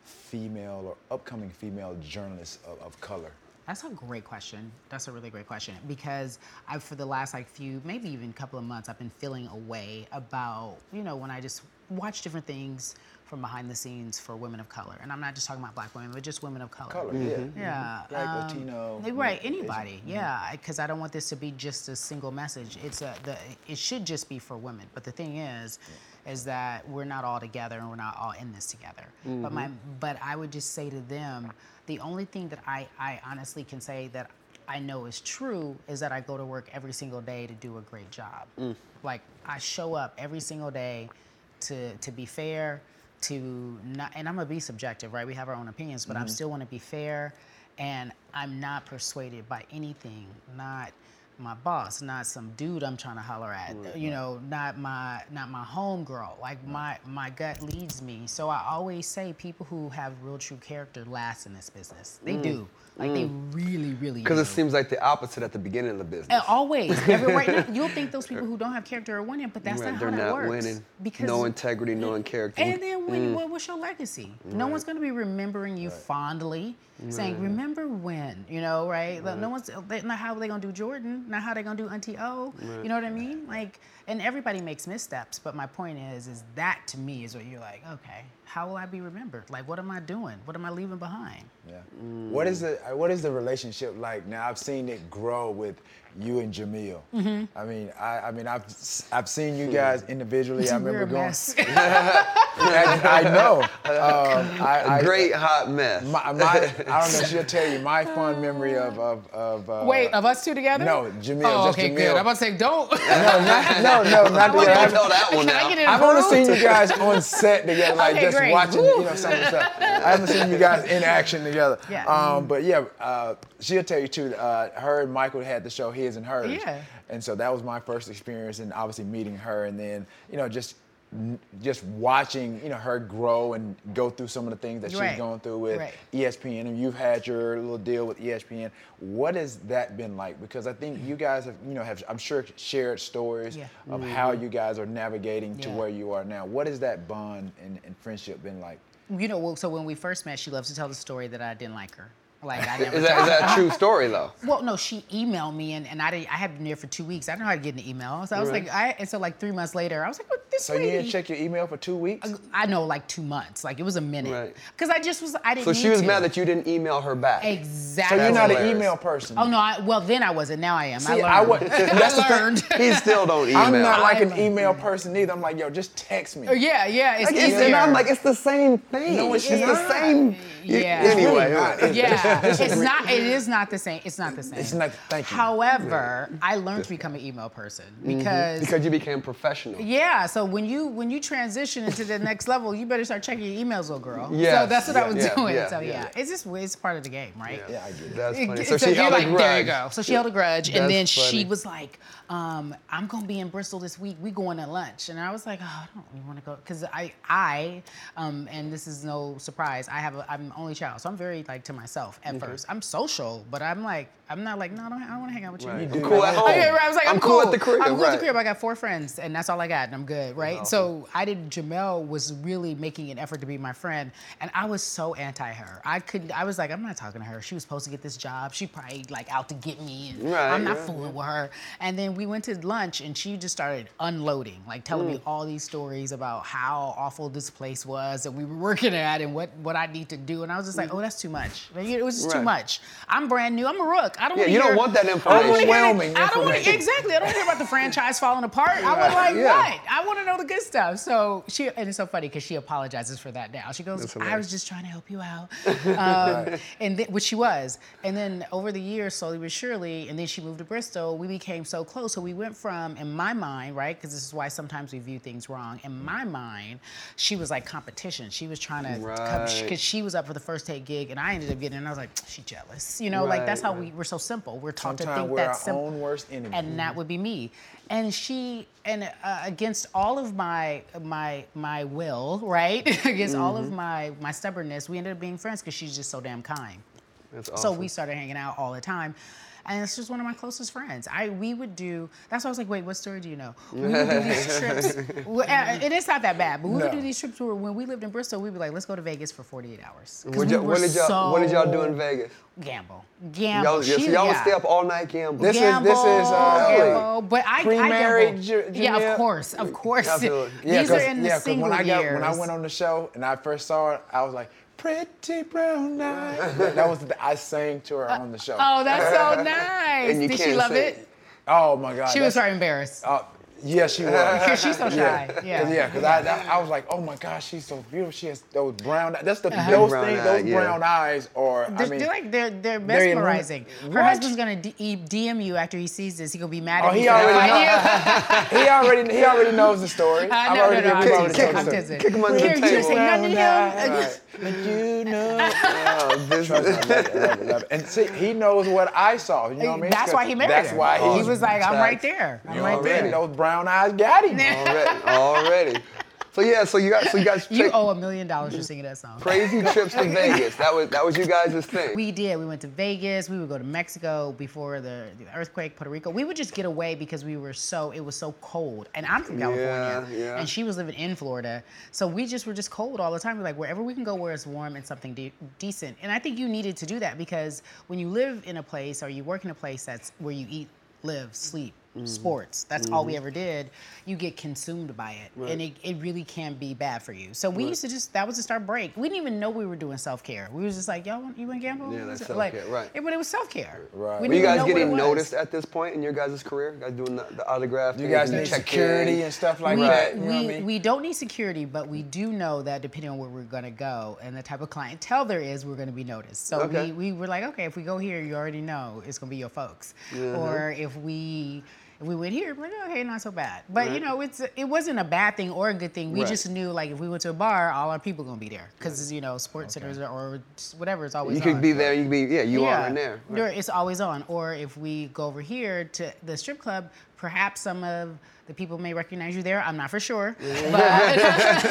B: female or upcoming female journalists of, of color?
C: That's a great question. That's a really great question because I, for the last like few, maybe even couple of months, I've been feeling a way about you know when I just watch different things from behind the scenes for women of color, and I'm not just talking about black women, but just women of color.
B: Color,
A: Mm-hmm.
B: yeah.
C: Yeah.
B: Black,
C: um,
B: Mm-hmm. Latino,
C: they- Right.
B: Asian. Mm-hmm.
C: Anybody. Yeah. Because I don't want this to be just a single message. It's a. The, it should just be for women. But the thing is, is that we're not all together and we're not all in this together. But my.
B: Mm-hmm.
C: But I would just say to them, the only thing that I I honestly can say that. I know is true is that I go to work every single day to do a great job.
B: Mm.
C: Like I show up every single day to to be fair, to not and I'm gonna be subjective, right? We have our own opinions,
A: Mm-hmm.
C: but I still wanna be fair and I'm not persuaded by anything, not my boss, not some dude I'm trying to holler at, you know, not my not my homegirl. Like my my gut leads me. So I always say people who have real true character last in this business. They do. Like they really, really
A: Because
C: do.
A: Mm, it seems like the opposite at the beginning of the business.
C: And always, everywhere. no, you'll think those people who don't have character are winning, but that's
A: Right,
C: not
A: They're
C: how that
A: not
C: works.
A: winning.
C: Because
A: no integrity, no character.
C: and then when,
B: Mm.
C: what- what's your legacy? No one's going to be remembering you fondly, saying, "Remember when?" You know, right? Like, No one's. They, not how they going to do Jordan? Not how they going to do Auntie O? You know what I mean? Like, and everybody makes missteps. But my point is, is that to me is what you're like. Okay, how will I be remembered? Like, what am I doing? What am I leaving behind?
B: Yeah. What is the uh, what is the relationship like now? I've seen it grow with you and Jamil.
C: Mm-hmm.
B: I mean, I, I mean, I've s- I've seen you guys individually. I
C: We're
B: remember
C: a
B: going.
C: mess.
B: I, I know. Um, I, I,
A: Great hot mess.
B: My, my, I don't know. She'll tell you my fond memory of of of. Uh,
C: Wait, of us two together?
B: No, Jamil,
C: Oh,
B: just
C: okay,
B: Jamil.
C: good. I'm about to say, don't.
B: No, not, no, no,
A: I
B: not together.
A: don't
B: I've,
A: know that one
C: Can I
A: now.
C: get it
B: I've only
C: approved?
B: seen you guys on set together, like
C: Okay,
B: just
C: great.
B: watching,
C: Woo.
B: you know, some of the stuff. I haven't seen you guys in action together.
C: Yeah.
B: Um, but yeah, uh, she'll tell you too. Uh, her and Michael had the show His and Hers.
C: Yeah.
B: And so that was my first experience, and obviously meeting her, and then you know just just watching you know her grow and go through some of the things that
C: Right.
B: she's going through with E
C: Right.
B: ESPN and you've had your little deal with E ESPN. What has that been like? Because I think you guys have, you know, have I'm sure shared stories
C: Yeah. Mm-hmm.
B: of how you guys are navigating to
C: Yeah.
B: where you are now. What has that bond and, and friendship been like?
C: You know, well, so when we first met, she loves to tell the story that I didn't like her. Like I never.
A: Is that, is that a true story though?
C: Well, no, she emailed me and, and I didn't, I had been there for two weeks. I didn't know how to get an email. So I was
A: Right.
C: like, I and so like three months later, I was like, what this
B: So you didn't
C: lady.
B: check your email for two weeks?
C: I know like two months. Like it was a minute.
A: Right.
C: Because I just was I didn't
A: So she
C: need
A: was
C: to.
A: mad that you didn't email her back.
C: Exactly.
B: So you're not an
A: hilarious.
B: email person.
C: Oh no, I, well then I wasn't. Now I am. I
B: See,
C: learned.
B: I wa- that's the
C: I
B: thing.
C: learned.
A: He still don't email.
B: I'm not like an
C: I'm-
B: email person either. I'm like, yo, just text me.
C: Oh, yeah, yeah. It's
A: Like, it's- and
C: easier.
A: I'm like, it's the same thing.
B: No, it's
A: the
B: not.
A: same. you-
C: Yeah. It's really
A: Anyway,
B: not.
A: it's-
C: yeah, it's not. It is not the same. It's not the same.
B: It's not- thank you. Mm-hmm.
C: However, I learned to become an email person because.
A: because you became professional.
C: yeah, so when you when you transition into the next level, you better start checking your emails, little girl. so
A: Yes,
C: that's what I
A: yeah,
C: was
A: yeah,
C: doing.
A: yeah,
C: so yeah.
A: yeah.
C: it's just it's part of the game, right?
B: Yeah, I get it.
A: That's funny.
C: It-
A: So, she
C: you're
A: held
C: like,
A: a grudge.
C: There you go. So she held a grudge, and
A: That's
C: then she
A: funny.
C: was like, um, "I'm gonna be in Bristol this week. We going to lunch." And I was like, "Oh, I don't really want to go," because I, I, um, and this is no surprise. I have, a, I'm an only child, so I'm very like to myself at first. I'm social, but I'm like, I'm not like, no, I don't, I don't want to hang out with you.
A: Right.
C: you.
A: I'm cool at home.
C: Okay, right. I was like, I'm,
A: Oh. cool. at the crib.
C: I'm cool
A: right.
C: at the crib. I got four friends, and that's all I got, and I'm good, right? So I did. Jamel was really making an effort to be my friend, and I was so anti her. I couldn't. I was like, I'm not talking to her. She was supposed to get this job. She probably like out to get me. And
A: Right,
C: I'm not
A: yeah,
C: fooling with her. And then we went to lunch, and she just started unloading, like telling
A: Mm.
C: me all these stories about how awful this place was that we were working at, and what what I need to do. And I was just like, oh, that's too much. Like, it was just too
A: Mm. Right.
C: much. I'm brand new. I'm a rook. I don't.
A: Yeah,
C: wanna
A: you don't
C: hear-
A: want that
C: I don't wanna hear any-
B: Overwhelming
C: I don't want to
B: information.
C: exactly. I don't hear about the franchise falling apart. I was like,
A: Right, yeah.
C: what? I want to know the good stuff. So she, and it's so funny because she apologizes for that now. She goes, I was just trying to help you out, um, and th- which she was. And then over the years, slowly but surely, and then she moved to Bristol. We became so close. So we went from, in my mind, right, because this is why sometimes we view things wrong. In my mind, she was like competition. She was trying to
A: Right.
C: because she was up for the first take gig, and I ended up getting. it. And I was like, she jealous, you know, like
A: Right,
C: that's how
A: right.
C: we we're so simple. We're taught to
B: Sometimes
C: think
B: we're
C: that
B: our
C: simple
B: own worst enemy.
C: and that would be me. And she, and uh, against all of my my my will, right? against all
B: Mm-hmm.
C: of my my stubbornness, we ended up being friends because she's just so damn kind.
A: That's
C: So
A: awesome.
C: we started hanging out all the time. And it's just one of my closest friends. I we would do. That's why I was like, wait, what story do you know? We would do these trips. Well, uh, it is not that bad, but we would
B: No.
C: do these trips where when we lived in Bristol, we'd be like, let's go to Vegas for 48 hours. 'Cause
A: Would
C: we
A: y'all-
C: were
A: what did y'all What did y'all do in
C: so-
A: Vegas?
C: Gamble, gamble.
A: Y'all, yeah, so
C: She-
A: y'all would
C: yeah
A: stay up all night gambling.
B: This is- this is, uh,
C: gamble, but I, I
B: pre-married
C: gamble.
B: Ju-
C: yeah, of
B: Julia?
C: course, of course.
A: Absolutely.
B: Yeah,
C: These are
B: 'cause-
C: in the
B: yeah, 'cause
C: single
B: when I got,
C: years.
B: When I went on the show and I first saw her, I was like, pretty brown eyes. that that was the, I sang to her on the show.
C: Oh, that's so nice.
A: And you
C: Did she
A: can't
C: love
A: say
C: it?
A: it.
B: Oh, my God.
C: She was
B: that's-
C: very embarrassed.
B: Uh, yeah, she was.
C: 'Cause she's so shy. Yeah.
B: Cause, yeah, because I, I was like, oh my gosh, she's so beautiful. She has those brown. e-, That's the
C: Uh-huh.
A: Big
B: those
A: brown
B: things.
A: eye,
B: Those
A: yeah.
B: brown eyes are.
C: They're,
B: I mean,
C: they're like they're they're
B: they're in-
C: mesmerizing. Her
B: What?
C: husband's gonna D- E- DM you after he sees this. He gonna be mad at
B: Oh,
C: me.
B: he
C: for
B: already
C: not
B: know.
C: finding you.
B: he already he already knows the story.
C: Uh,
B: I've
C: no, no,
B: already
C: no,
B: given
C: I'm
B: him all the
A: kick-
B: story.
C: teasing. I'm
A: kick-
C: teasing.
A: kick him under the
C: You're- you're
A: table.
C: saying none to him.
B: Right. But you know.
A: Oh, this-
B: Trust me, I love it, I love it, I love it. And see, he knows what I saw. You know what I mean?
C: That's why he married
B: That's
C: her.
B: why
C: he was like, I'm right there. I'm
B: You know
C: right
B: what I mean?
C: there.
B: Those brown eyes got him.
A: already, already. So yeah, so you got so you guys
C: You
A: took
C: owe a million dollars for singing that song.
A: crazy trips to Vegas. That was that was you guys' thing.
C: We did. We went to Vegas. We would go to Mexico before the, the earthquake, Puerto Rico. We would just get away because we were so it was so cold. And I'm from California,
A: Yeah, yeah.
C: and she was living in Florida, so we just were just cold all the time. We're like wherever we can go where it's warm and something de- decent. And I think you needed to do that because when you live in a place or you work in a place that's where you eat, live, sleep.
A: Mm-hmm.
C: Sports. That's all we ever did. You get consumed by it, and it, it really can be bad for you. So we used to just that was just our break. We didn't even know we were doing self care. We was just like, y'all want you want to gamble?
A: Yeah, that's
C: Like,
A: self-care, right.
C: it- but it was self care.
B: Right.
A: Were you guys getting noticed at this point in your guys' career? You guys doing the, the autograph?
B: You
A: things
B: guys
A: and
B: need
A: check-in?
B: security and stuff like
C: we,
B: that. You
C: we,
B: know what I mean?
C: we don't need security, but we do know that depending on where we're gonna go and the type of clientele there is, we're gonna be noticed. So
A: Okay.
C: we, we were like, okay, if we go here, you already know it's gonna be your folks.
B: Mm-hmm.
C: Or if we if we went here, we're like, okay, not so bad. But you know, it's it wasn't a bad thing or a good thing. We
A: Right.
C: just knew like if we went to a bar, all our people gonna be there because you know sports centers or just whatever is always
A: You could
C: on.
A: be there. You could be yeah. You are right there.
C: You're- It's always on. Or if we go over here to the strip club, perhaps some of The people may recognize you there. I'm not for sure. But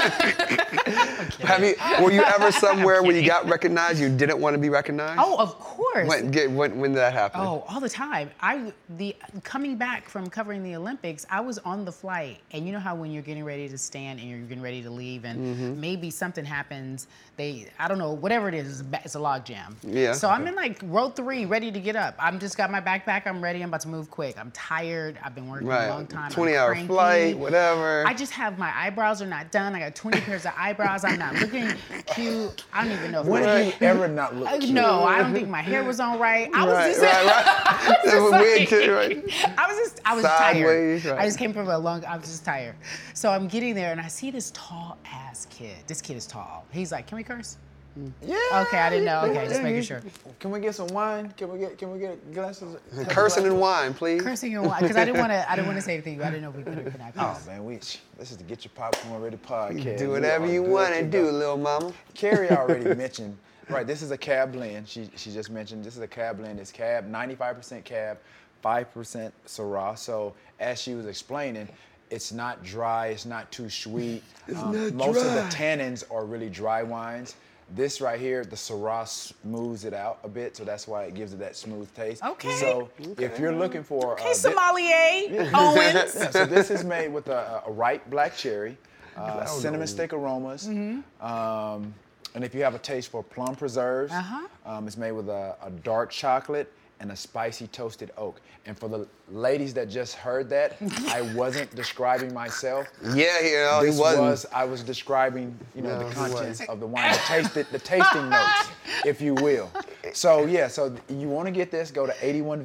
A: Have you? Were you ever somewhere where you got recognized? You didn't want to be recognized?
C: oh, of course.
A: When, get, when, when did that happen?
C: Oh, all the time. I the coming back from covering the Olympics, I was on the flight, and you know how when you're getting ready to stand and you're getting ready to leave, and
A: Mm-hmm.
C: maybe something happens. They, I don't know, whatever it is, it's a ba- it's a log jam.
A: Yeah.
C: So I'm in like row three, ready to get up. I'm just got my backpack. I'm ready. I'm about to move quick. I'm tired. I've been working
A: right.
C: a long time. I'm
A: 20 hour
C: cranky.
A: flight, whatever.
C: I just have my eyebrows are not done. I got 20 pairs of eyebrows. I'm not looking cute. I don't even know. if
B: When
C: my-
B: have you ever not
C: Uh,
B: looked cute?
C: no, I don't think my hair was on right. I was
A: right,
C: just
A: right, right. That was weird
C: like-
A: too, right?
C: I was just, I was
A: Sideways,
C: tired.
A: right.
C: I just came from a long, I was just tired. So I'm getting there and I see this tall ass kid. This kid is tall. He's like, can we curse?
B: Yeah.
C: Okay, I didn't know.
B: you-
C: Okay, just
B: yeah,
C: making
B: you-
C: sure.
B: Can we get some wine? Can we get? Can we get glasses?
A: Cursing and wine, please.
C: Cursing or what? Because I didn't want to, I didn't want to say anything. I didn't know if we could or could not
B: Oh
C: curse.
B: man, we this is the Get Your Popcorn Ready podcast.
A: Do
B: We
A: whatever
B: are
A: you
B: good
A: want to
B: go.
A: do, little mama.
B: Carrie already mentioned, right, this is a cab blend. She, she just mentioned this is a cab blend. It's cab, 95% cab, 5% Syrah. So as she was explaining, it's not dry, it's not too sweet. Um,
A: not
B: most of the
A: dry.
B: tannins are really dry wines. This right here, the Syrah smooths it out a bit, so that's why it gives it that smooth taste.
C: Okay.
B: So if you're looking for
C: Okay,
B: uh, thi-
C: sommelier Owens.
B: yeah, so this is made with a, a ripe black cherry, uh, cinnamon stick aromas, um, and if you have a taste for plum preserves,
C: Uh-huh.
B: um, it's made with a, a dark chocolate and a spicy toasted oak. And for the ladies that just heard that, I wasn't describing myself.
A: Yeah, you know,
B: This
A: he wasn't.
B: was I was describing, you know,
A: No,
B: the
A: he
B: contents
A: wasn't.
B: of the wine, the taste, the, tasting notes, if you will. So yeah, so you want to get this? Go to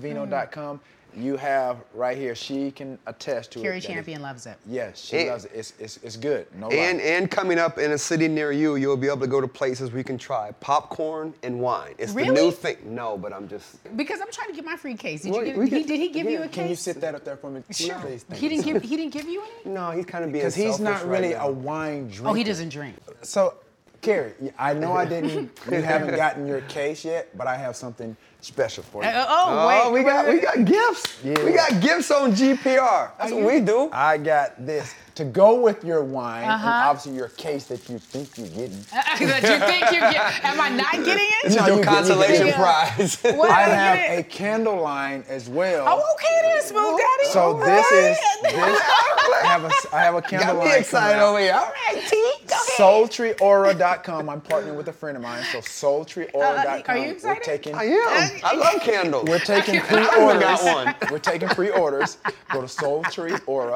B: 81vino.com. You have right here. She can attest to
C: Carrie
B: it. that it-
C: Champion loves it.
B: Yes, she
A: And-
B: loves it. It's, it's, it's good. No lie.
A: And and coming up in a city near you, you'll be able to go to places where you can try popcorn and wine. It's the new
C: Really?
A: thing. No, but I'm just.
C: Because I'm trying to get my free case. Did,
A: Well,
C: you
A: we
C: get, he,
A: can-
C: did he give you a case?
B: Can you sit that up there for me?
C: Sure.
B: Please, thank
C: He
B: you
C: didn't
B: so
C: give. He didn't give you any.
A: No, he's kind of being.
B: Because he's
A: selfish
B: not really
A: right now.
B: a wine drinker.
C: Oh, he doesn't drink.
B: So, Carrie, I know I didn't. you haven't gotten your case yet, but I have something special for you.
C: Uh,
A: Oh,
C: oh, wait.
A: we got we got gifts.
B: Yeah.
A: We got gifts on GPR. That's what we do.
B: I got this to go with your wine and
C: Uh-huh.
B: obviously your case that you think you're getting.
C: that you think you get? Am I not getting it?
B: No,
A: Your
B: you get- you
A: consolation
B: get-
A: prize.
C: What?
B: I
C: I
B: have
C: get
B: a
C: it.
B: candle line as well.
C: Oh, okay then, smooth daddy.
B: So
C: All
B: this is
C: right.
B: this. I have a I have a candle
A: Got me
B: line. coming
A: excited
B: out.
A: over here. All right.
C: All right, T, go ahead.
B: Soultryaura.com. I'm partnering with a friend of mine. So soultryaura.com.
C: Uh, are you
B: We're
C: excited?
B: taking
A: I am. I love candles.
B: We're taking
A: even
B: pre-orders.
A: got one.
B: We're taking pre-orders. Go to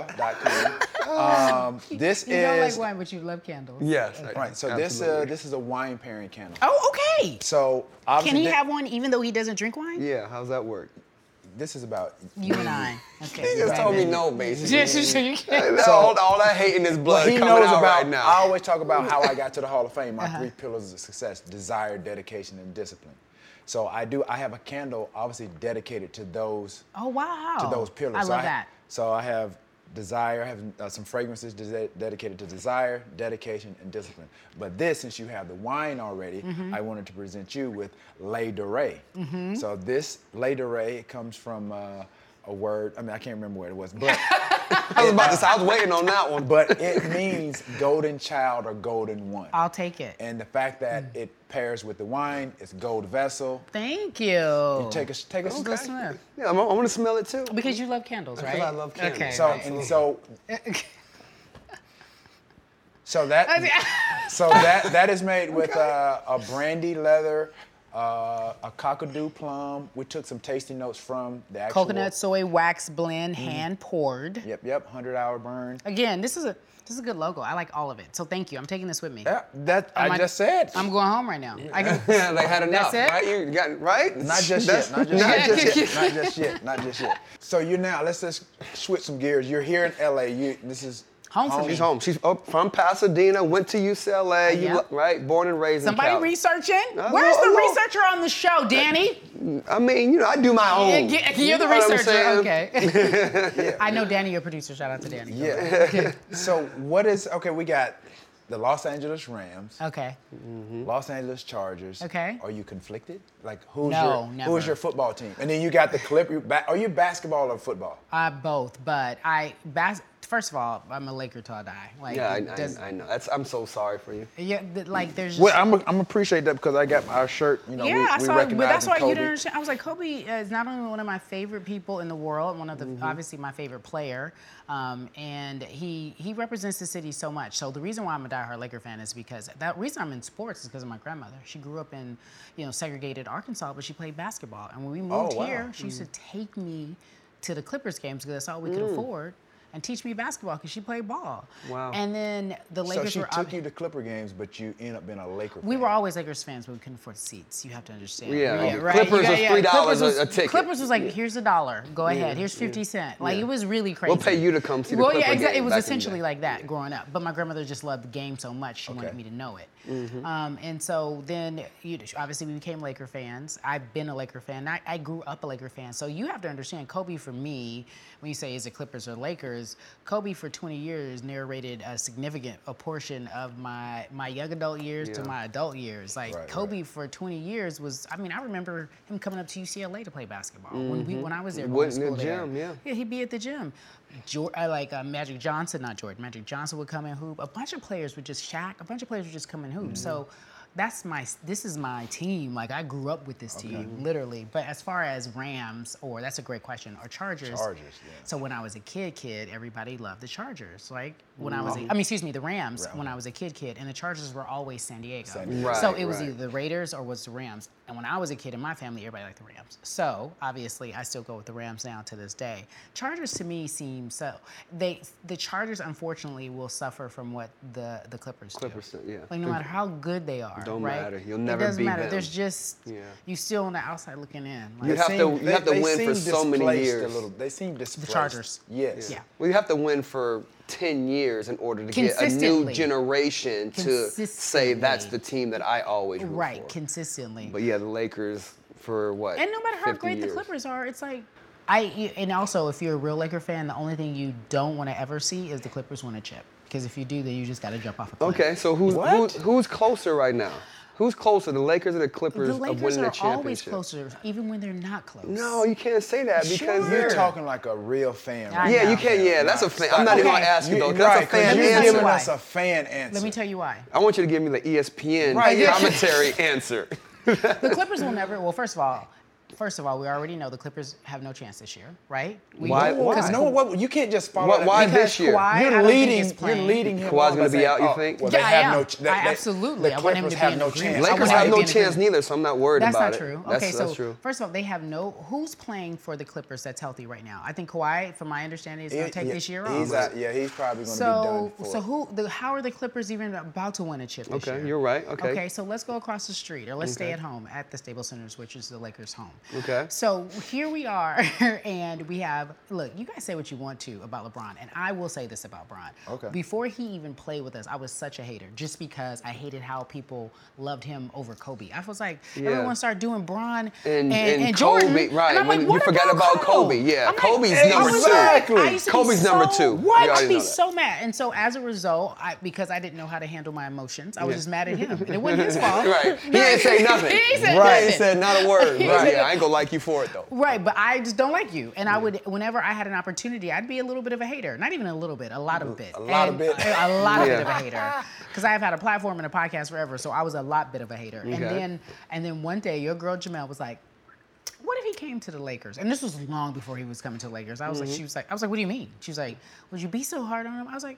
B: soultreeaura.com. Um, this
C: You don't
B: is
C: like wine, but you love candles.
A: yes.
B: right. So this uh,
A: absolutely.
B: this is a wine pairing candle.
C: Oh, okay.
B: So
C: Can
B: obviously
C: he
B: thi-
C: have one even though he doesn't drink wine?
A: Yeah. How's that work?
B: this is about
C: You and I. Okay.
A: He just
C: right.
A: told me no, basically.
C: Yes, you- you can't.
A: That's all, all that hating is blood
B: Well, he
A: coming
B: knows
A: out
B: about.
A: right now.
B: I always talk about how I got to the Hall of Fame. My
C: Uh-huh.
B: three pillars of success: desire, dedication, and discipline. So I do. I have a candle, obviously dedicated to those
C: Oh wow.
B: to those pillars.
C: I
B: So
C: love
B: ha-
C: that.
B: So I have desire. I have uh, some fragrances des- dedicated to desire, dedication, and discipline. But this, since you have the wine already,
C: Mm-hmm.
B: I wanted to present you with lait de rey. So this lait de rey comes from uh, a word. I mean, I can't remember what it was, but.
A: I was about to say, I was waiting on that one.
B: but it means golden child or golden one.
C: I'll take it.
B: and the fact
C: Mm.
B: that it pairs with the wine, it's gold vessel.
C: Thank you.
B: Take a take a
C: Let's go Oh. smell.
A: Yeah, I'm, I want to smell it too.
C: Because you love candles, right?
A: Because I love candles.
C: Okay.
B: So
C: right.
B: and so so that so that that is made with uh, a brandy leather, uh, a cockadoo plum. We took some tasting notes from the actual
C: Coconut soy wax blend,
B: Mm-hmm.
C: hand poured.
B: Yep, yep, hundred hour burn.
C: Again, this is a this is a good logo. I like all of it. So thank you. I'm taking this with me.
B: Yeah, that I
C: I'm like-
B: just said.
C: I'm going home right now. I can,
A: Yeah, they had enough,
C: That's it?
A: right? You got right?
B: Not just
A: That's-
B: yet. Not just
A: Not just yet.
B: yet. Not just yet. Not just yet. So you now let's just switch some gears. You're here in LA. You this is
C: Home for
A: She's
C: me.
A: home. She's up from Pasadena, went to UCLA, you
C: Yeah.
A: look- right? Born and raised
C: Somebody
A: in Cali.
C: researching?
A: No,
C: Where's
A: no, no.
C: the researcher on the show, Danny?
A: I mean, you know, I do my own.
C: Yeah, get-
A: Oh. You
C: You're the
A: know what I'm
C: researcher.
A: saying?
C: Okay. I know Danny, your producer. Shout out to Danny.
B: Yeah. so what is okay? We got the Los Angeles Rams,
C: Okay.
B: Los Angeles Chargers.
C: Okay.
B: Are you conflicted? Like who's
C: No,
B: your who's
C: never.
B: your football team? And then you got the Clip. You ba- are you basketball or football?
C: Uh, both, but I bas- first of all, I'm a Laker till I die. Like,
A: Yeah, I,
C: it does-
A: I, I know. That's, I'm so sorry for you.
C: yeah, th- like there's.
B: Well,
C: just-
B: I'm I'm appreciate that because I got our shirt. You know,
C: yeah,
B: we, we
C: I saw it, but that's
B: recognizing
C: why you
B: Kobe.
C: didn't understand. I was like, Kobe is not only one of my favorite people in the world, one of the
B: Mm-hmm.
C: obviously my favorite player, um, and he he represents the city so much. So the reason why I'm a diehard Laker fan is because that reason I'm in sports is because of my grandmother. She grew up in you know segregated Arkansas, but she played basketball, and when we moved
B: Oh, wow.
C: here, she used to take me to the Clippers games because that's all we could
B: Mm.
C: afford. And teach me basketball because she played ball.
A: Wow.
C: And then the
B: So
C: Lakers
B: she
C: were
B: took
C: obvi-
B: you to Clipper games, but you end up being a Laker.
C: we
B: fan.
C: were always Lakers fans, but we couldn't afford seats. You have to understand.
A: Yeah, okay.
C: You
A: Clippers was $3
C: Clippers
A: a-
C: was-
A: a ticket.
C: Clippers was like, here's a dollar. Go ahead. Here's fifty cent. Like it was really crazy.
A: We'll pay you to come see the
C: well, yeah,
A: Clipper
C: exactly.
A: game
C: It was
A: back in the
C: essentially
A: day.
C: like that growing up. But my grandmother just loved the game so much she wanted
B: Okay.
C: me to know it.
A: Mm-hmm.
C: Um, and so then, you know, obviously, we became Laker fans. I've been a Laker fan. I, I grew up a Laker fan. So you have to understand, Kobe for me, when you say is it Clippers or Lakers, Kobe for 20 years narrated a significant a portion of my my young adult years to
A: Yeah.
C: my adult years. Like
B: Right,
C: Kobe for 20 years was. I mean, I remember him coming up to UCLA to play basketball when we when I was there. going to
A: Mm-hmm. Wasn't in
C: school
A: the
C: there.
A: gym, yeah.
C: Yeah, he'd be at the gym. Jor- uh, like uh, Magic Johnson, not Jordan. Magic Johnson would come and hoop. A bunch of players would just Shaq. A bunch of players would just come and hoop. So that's my. This is my team. Like I grew up with this team, literally. But as far as Rams, or that's a great question, or Chargers.
B: Chargers, yeah.
C: So when I was a kid, kid, everybody loved the Chargers. Like when I was, a, I mean, excuse me, the Rams. When I was a kid, kid, and the Chargers were always San Diego.
B: Diego.
A: Right,
C: so it was
A: right.
C: either the Raiders or was the Rams. And when I was a kid in my family, everybody liked the Rams. So obviously, I still go with the Rams now to this day. Chargers to me seem so they the Chargers unfortunately will suffer from what the the Clippers,
A: Clippers
C: do.
A: do, yeah.
C: Like no matter how good they are,
A: Don't
C: right?
A: matter. You'll
C: It
A: never
C: doesn't
A: beat
C: matter.
A: them.
C: There's just
A: Yeah.
C: you still on the outside looking in. Like,
A: You have to-
B: Seem-
A: you have to win for
B: seem
A: so many
B: displaced a
A: years.
B: little- they seem displaced.
C: Chargers.
B: Yes.
C: Yeah.
A: Well, you have to win for 10 years in order to get a new
C: Consistently.
A: generation to say that's the
C: Consistently.
A: team that I always root
C: right
A: for.
C: consistently.
A: But yeah, the Lakers for what?
C: And no matter how
A: 50
C: great the
A: years.
C: Clippers are, it's like I you- and also if you're a real Laker fan, the only thing you don't want to ever see is the Clippers win a chip. Because if you do, then you just got to jump off a cliff.
A: Okay, so who's,
B: What?
A: who's who's closer right now? Who's closer, the Lakers or the Clippers
C: The
A: of
C: Lakers
A: winning the
C: are
A: championship?
C: always closer, even when they're not close.
A: No, you can't say that because
C: Sure.
B: You're
A: you're talking.
B: talking like a real fan.
C: I
A: Yeah,
C: know.
A: you can't. Yeah, that's a fan. I'm not even gonna
C: Okay.
A: ask you
B: You-
A: though. 'cause That's
B: right,
A: a
B: 'cause
A: fan
B: you're
C: answer.
B: giving
A: answer.
B: us a fan answer.
C: Let me tell you why.
A: I want you to give me the E ESPN
B: Right, yeah.
A: commentary answer.
C: The Clippers will never. Well, first of all, first of all, we already know the Clippers have no chance this year, right? We,
A: Why-
B: No,
A: why?
C: because
B: no, what, you can't just follow
A: Why-
B: that.
A: why
B: Because
A: this year?
C: Kawhi, I
B: You're
C: don't think
B: leading.
C: is
B: You're
C: playing.
B: leading him.
A: Kawhi's
B: on
A: gonna be
B: saying,
A: out, you
B: oh,
A: think?
B: Well,
C: Yeah,
B: they
C: I
B: have
C: am.
B: no. ch- they-
C: I
B: they-
C: absolutely-
B: The
C: I want him
B: Clippers
C: to be
B: have
C: in
B: no
C: agreement.
B: chance.
C: I
A: Lakers
C: wouldn't
A: have
C: be
A: no
C: in
A: chance
C: agreement.
A: neither, so I'm not worried
C: That's
A: about
C: not
A: it.
C: true.
A: That's,
C: okay, so
A: that's true.
C: first of all, they have no. Who's playing for the Clippers that's healthy right now? I think Kawhi, from my understanding, is going to take
B: Yeah,
C: this year off.
B: he's out- yeah, he's probably going to
C: So,
B: be done for.
C: so who? The, how are the Clippers even about to win a chip? This
A: Okay,
C: year?
A: you're right. Okay.
C: Okay, so let's go across the street, or let's stay at home at the Staples Centers, which is the Lakers' home.
A: Okay.
C: So here we are, and we have. Look, you guys say what you want to about LeBron, and I will say this about Bron.
B: Okay.
C: Before he even played with us, I was such a hater, just because I hated how people loved him over Kobe. I was like, everyone started doing Bron
A: And-
C: and,
A: and
C: Jordan,
A: Kobe, right,
C: And I'm
A: when
C: like,
A: you
C: what
A: forgot about Kobe, yeah,
C: I'm like-
A: Kobe's
C: I
B: number
C: was
B: two.
C: like- I used to be
A: Kobe's number
C: so-
A: two. We
C: What? I
A: already
C: used to
A: know
C: be
A: that.
C: so so mad. And so as a result, I, because I didn't know how to handle my emotions, I was just mad at him. And it wasn't his fault.
A: Right. He ain't say nothing.
C: he ain't say
A: right. He
C: nothing.
A: said not a word. Right. Yeah, I ain't gonna like you for it though.
C: Right, but I just don't like you. And I would, whenever I had an opportunity, I'd be a little bit of a hater. Not even a little bit, a lot of bit. A
B: lot of bit.
C: A, a lot
A: Yeah.
C: of bit of a hater. Because I've had a platform and a podcast forever, so I was a lot bit of a hater. And
A: Okay.
C: then, and then one day, your girl Jamel was like, what if he came to the Lakers? And this was long before he was coming to the Lakers. I was
A: Mm-hmm.
C: like, she was like, I was like, what do you mean? She was like, would you be so hard on him? I was like,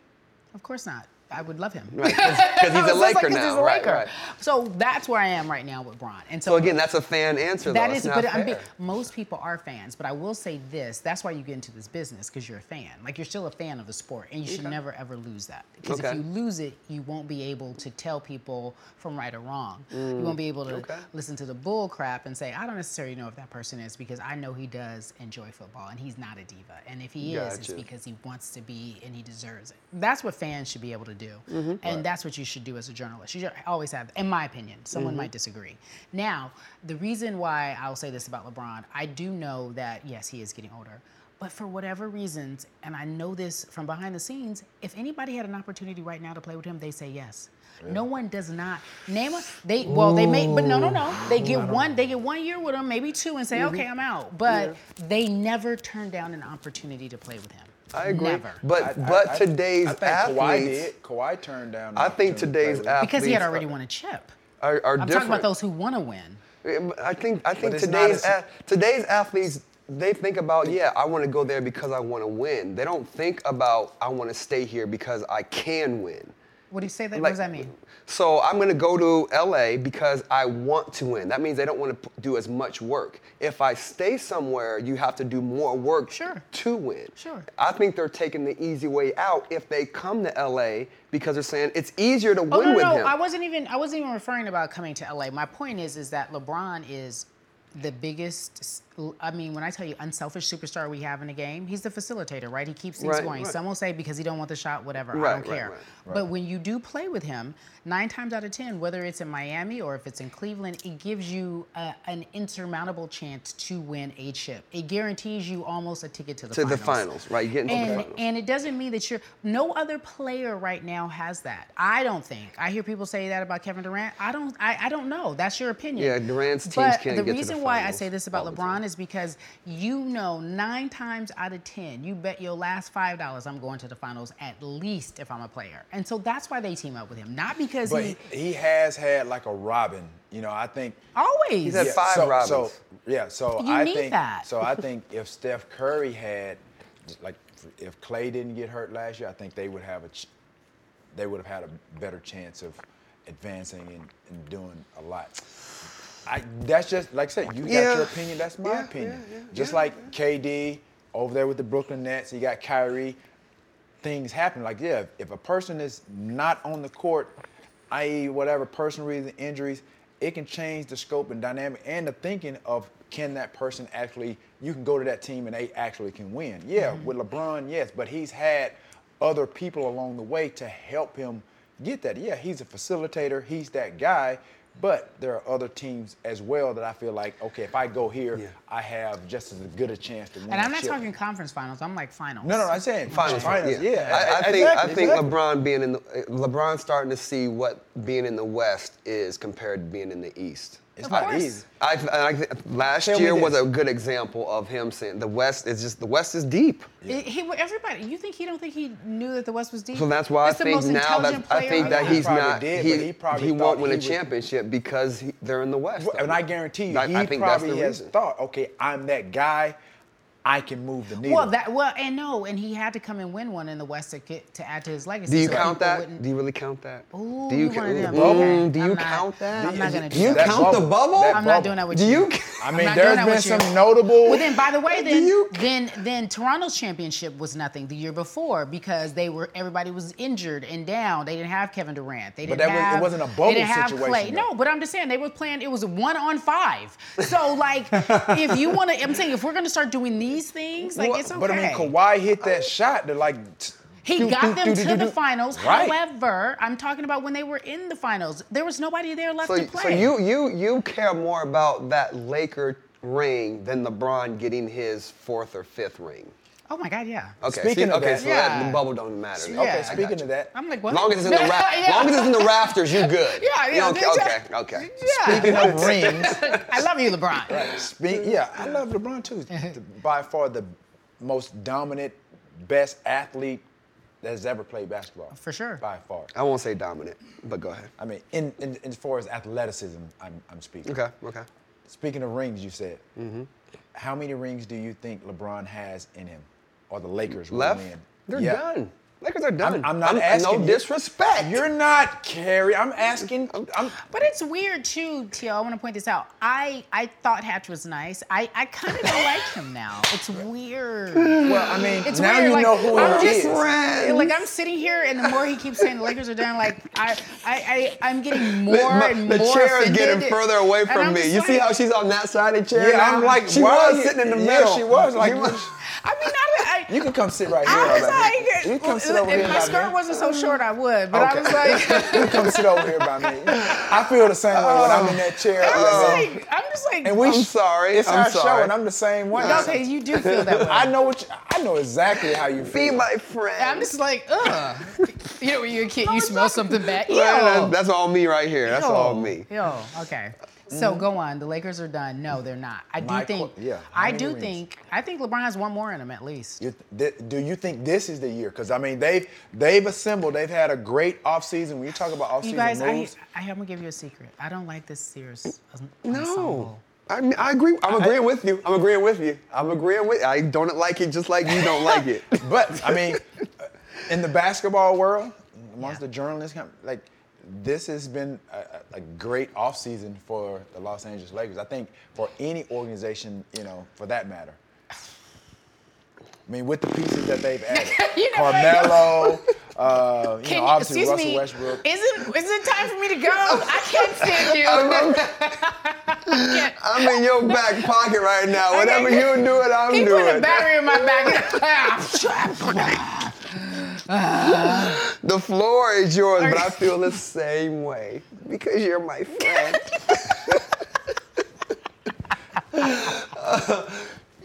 C: of course not. I would love him.
A: Because he's
C: I
A: a
C: was just
A: Laker
C: like, 'cause
A: now.
C: he's a
A: right,
C: Laker.
A: right.
C: So that's where I am right now with Bron. And so,
A: So again, that's a fan answer
C: that
A: though. It's
C: is,
A: not
C: but I'm
A: fair.
C: be- most people are fans. But I will say this: that's why you get into this business because you're a fan. Like you're still a fan of the sport, and you should never ever lose that. Because
A: Okay.
C: if you lose it, you won't be able to tell people from right or wrong. you won't be able to
A: Mm, okay.
C: listen to the bull crap and say, "I don't necessarily know if that person is," because I know he does enjoy football, and he's not a diva. And if he is, it's
A: Gotcha.
C: because he wants to be and he deserves it. That's what fans should be able to do, and that's what you should do as a journalist. You should always have, in my opinion, someone might disagree. Now, the reason why I'll say this about LeBron, I do know that yes, he is getting older. But for whatever reasons, and I know this from behind the scenes, if anybody had an opportunity right now to play with him, they say yes. No one does not name a, they well they may but no no no they get one they get one year with him maybe two and say okay I'm out but they never turn down an opportunity to play with him.
A: I agree.
C: Never.
A: But
B: I- I-
A: but
B: I-
A: today's
B: I think Kawhi
A: athletes
B: did. Kawhi turned down. an
A: I think
B: opportunity to
A: today's
B: play with-
A: ath-
C: because he had
A: athletes-
C: already won a chip.
A: are, are
C: I'm
A: uh, different.
C: talking about those who want to win.
A: Yeah, but I think I think
B: it's not
A: today's
B: as-
A: ath- today's athletes they think about yeah I want to go there because I want to win. They don't think about I want to stay here because I can win.
C: What do you say that? what
A: Like-
C: does that mean?
A: So I'm gonna go to LA because I want to win. That means they don't want to p- do as much work. If I stay somewhere, you have to do more work
C: Sure.
A: to win.
C: Sure.
A: I think they're taking the easy way out if they come to LA because they're saying it's easier
C: Oh,
A: to win with him.
C: I wasn't even I wasn't even referring about coming to LA. My point is is that LeBron is the biggest I mean, when I tell you unselfish superstar we have in the game, he's the facilitator, right? He keeps things
A: Right,
C: going.
A: right.
C: Some will say because he don't want the shot, whatever. I
A: Right,
C: don't
A: right,
C: care.
A: right,
C: But when you do play with him, nine times out of ten, whether it's in Miami or if it's in Cleveland, it gives you a, an insurmountable chance to win a chip. It guarantees you almost a ticket to the
A: to
C: finals.
A: the finals, right? Getting to the
C: And,
A: finals.
C: and it doesn't mean that you're no other player right now has that. I don't think. I hear people say that about Kevin Durant. I don't I, I don't know. That's your opinion.
A: Yeah, Durant's teams
C: but
A: can't
C: the
A: get to the
C: reason why I
A: finals
C: say this about
A: all the
C: LeBron
A: time.
C: is because you know nine times out of ten, you bet your last five dollars I'm going to the finals at least if I'm a player. And so that's why they team up with him. Not because
B: But
C: he
B: he has had like a Robin. You know, I think
C: always
A: He's had five
B: so,
A: Robins.
B: So yeah, so
C: You
B: I
C: need
B: think
C: that.
B: so. I think if Steph Curry had, like, if Clay didn't get hurt last year, I think they would have a, ch- they would have had a better chance of advancing and, and doing a lot. I that's just like I said, you got
A: Yeah.
B: your opinion. That's my
A: Yeah,
B: opinion.
A: yeah, yeah,
B: just
A: yeah,
B: like KD over there with the Brooklyn Nets, you got Kyrie. Things happen. Like yeah, if a person is not on the court, i.e., whatever personal reason injuries, it can change the scope and dynamic and the thinking of can that person actually. You can go to that team and they actually can win. Yeah,
C: Mm-hmm.
B: with LeBron, yes, but he's had other people along the way to help him get that. Yeah, he's a facilitator. He's that guy. But there are other teams as well that I feel like, okay, if I go here,
A: Yeah.
B: I have just as good a chance to win.
C: and I'm not
B: the chip.
C: talking conference finals, I'm like finals.
B: No, no, I'm saying
A: Finals,
B: Yeah,
A: I, I think
B: exactly,
A: I think
B: exactly.
A: LeBron being in the LeBron's starting to see what being in the West is compared to being in the East.
B: It's
C: Of
B: not
C: course.
B: easy.
A: I, I think last
B: Tell me
A: year was
B: this.
A: a good example of him saying the West is just the West is deep.
C: It- he everybody. You think he don't think he knew that the West was deep?
A: So that's why
C: That's
A: I
C: the
A: think
C: most
A: now that
C: intelligent
A: I
C: player
A: think that
C: alive.
B: He
A: he's
B: probably
A: not
B: did, but he
A: he,
B: probably
A: he won't
B: thought
A: win
B: he
A: a
B: was-
A: championship because he, they're in the West.
B: And I guarantee you,
A: I-
B: he
A: I think that's the
B: probably has
A: reason.
B: thought, okay, I'm that guy. I can move the needle.
C: Well, that well, and no, and he had to come and win one in the West to get to add to his legacy.
A: Do you
C: so
A: count
C: people
A: that?
C: wouldn't-
A: Do you really count that?
C: Ooh,
A: do you,
C: you
A: ca-
C: one of them.
A: Mm,
C: Okay,
A: do
C: I'm
A: you
C: not-
A: count that?
C: I'm not gonna
A: do
C: do
A: you
C: that.
A: count the
B: Bubble.
A: bubble?
B: That
C: I'm not doing
B: bubble.
C: that with
A: Do
C: you.
A: you-
B: I
C: I'm
B: mean,
C: not
B: there's
C: doing that
B: been
C: with you.
B: some notable.
C: Well, then, by the way,
A: Do
C: then,
A: you-
C: then then Toronto's championship was nothing the year before because they were everybody was injured and down. They didn't have Kevin Durant. They didn't
B: But that was- it
C: have.
B: wasn't a
C: they
B: bubble
C: didn't have
B: situation,
C: Clay.
B: though.
C: No, but I'm just saying they were playing. It was one on five. So like, if you want to, I'm saying if we're gonna start doing these things, like
A: Well,
C: it's okay.
B: But I mean, Kawhi hit that shot to like. t-
C: He
B: do- do-
C: got them
B: do- do-
C: to
B: do-
C: the
B: do.
C: finals.
B: Right.
C: However, I'm talking about when they were in the finals. There was nobody there left
A: So,
C: to
A: so
C: play.
A: you you you care more about that Laker ring than LeBron getting his fourth or fifth ring.
C: Oh my God, yeah.
A: Okay.
B: Speaking
A: see,
B: of
A: okay,
B: that-
A: so that,
C: Yeah.
A: the bubble don't matter. Okay,
C: Yeah.
B: Okay,
A: I got
B: speaking
A: you.
B: of that,
C: I'm like, what?
A: Long as it's in the ra-
C: Yeah.
A: long as it's in the rafters, you good.
C: Yeah,
A: You
C: yeah,
A: don't
C: they
A: ca-
C: just-
A: okay, okay.
C: Yeah.
B: speaking of rings,
C: I love you, LeBron.
B: Speak, yeah, I love LeBron too. The- by far the most dominant, best athlete that has ever played basketball.
C: For sure.
B: By far.
A: I won't say dominant, but go ahead.
B: I mean, in, in as far as athleticism, I'm, I'm speaking.
A: Okay, Mm-hmm. okay.
B: Speaking of rings, you said. How many rings do you think LeBron has in him, or the Lakers will
A: Left?
B: win?
A: They're
B: Oh, Yeah.
A: done. Lakers are done.
B: I'm not asking
A: No
B: you.
A: disrespect.
B: You're not Carrie. I'm asking. I'm,
C: But it's weird too, Teal. I want to point this out. I I thought Hatch was nice. I, I kind of don't like him now. It's weird.
B: well, I mean,
C: It's
B: now
C: weird.
B: you
C: like,
B: know who
C: I'm
B: he
C: just,
B: is.
A: Friends.
C: Like I'm sitting here, and the more he keeps saying the Lakers are done, like I I, I I'm getting more
A: My-
C: and
A: the
C: more.
A: chair is getting
C: offended.
A: further away
C: And
A: from
C: I'm
A: me.
C: just
A: You see
C: like-
A: how she's on that side of the chair?
B: Yeah,
A: now?
B: I'm like,
A: she
B: why
A: was
B: you-
A: sitting in the
B: yeah,
A: middle.
B: she was, like,
A: You
B: you-
A: was-
C: I mean, I, I,
B: You can come sit right here.
C: I was
B: Robert.
C: like,
B: you can come sit over here.
C: if my
B: by
C: skirt
B: me.
C: wasn't so short, I would. But I was
A: Okay.
C: like,
B: you come sit over here by me. I feel the same way when I'm in that chair.
C: I'm
B: Uh,
C: just like, I'm just like, oh,
B: and we
A: I'm sorry,
B: It's
A: I'm
B: our show,
A: sorry.
B: and I'm the same way.
C: okay, you do feel that way.
B: I know what you, I know exactly how you
A: be
B: feel.
A: my friend.
C: I'm just like, ugh. You know, when you're a kid, you smell something bad. Ew.
A: Right, that's, that's all me right here. That's all
C: Ew.
A: me.
C: Ew. Okay. So go on. The Lakers are done. No, they're not. I do
B: My que-
C: think.
B: Mm-hmm. yeah, how
C: I
B: many
C: do
B: rings?
C: think. I think LeBron has one more in him at least.
B: You th- do you think this is the year? Because I mean, they've they've assembled. They've had a great offseason. When you talk about offseason
C: You guys, I,
B: moves,
C: I, am gonna give you a secret. I don't like this Sears
A: No.
C: ensemble.
A: I, mean, I agree. I'm agreeing with you. I'm agreeing with you. I'm agreeing with. I don't like it just like you don't like it.
B: but I mean, in the basketball world, amongst
C: Yeah.
B: the journalists, kind of, like this has been a, a a great offseason for the Los Angeles Lakers. I think for any organization, you know, for that matter. I mean, with the pieces that they've added,
C: You know what?
B: Carmelo, uh, you
C: Can
B: know,
C: you,
B: obviously
C: excuse
B: Russell
C: me?
B: Westbrook.
C: Isn't is it time for me to go? I can't stand you. I can't.
A: I'm in your back pocket right now. Whatever
C: Okay.
A: you do it, I'm
C: He
A: doing.
C: put a
A: it.
C: battery in my back.
A: The floor is yours, but I feel the same way because you're my friend. Uh,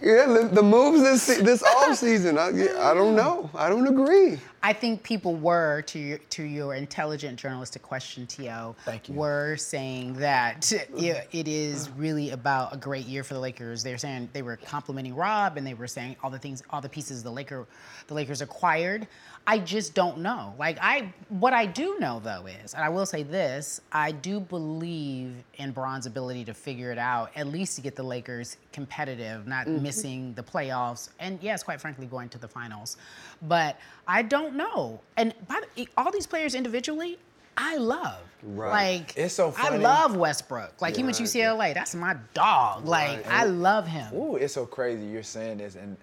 A: yeah, the, the moves this se- this off season. I, I don't know. I don't agree.
C: I think people were to your, to your intelligent journalistic question, To
B: Thank you.
C: were saying that it- it is really about a great year for the Lakers. They're saying they were complimenting Rob and they were saying all the things, all the pieces the Laker, the Lakers acquired. I just don't know. Like I, what I do know though is, and I will say this, I do believe in Bron's ability to figure it out, at least to get the Lakers competitive, not
B: Mm-hmm.
C: missing the playoffs, and yes, quite frankly, going to the finals. But I don't know. And by the, e, all these players individually, I love.
A: Right.
C: Like
B: It's so
C: I
B: funny.
C: love Westbrook. Like he went to UCLA. That's my dog. Like I love him.
B: Ooh, it's so crazy you're saying this, and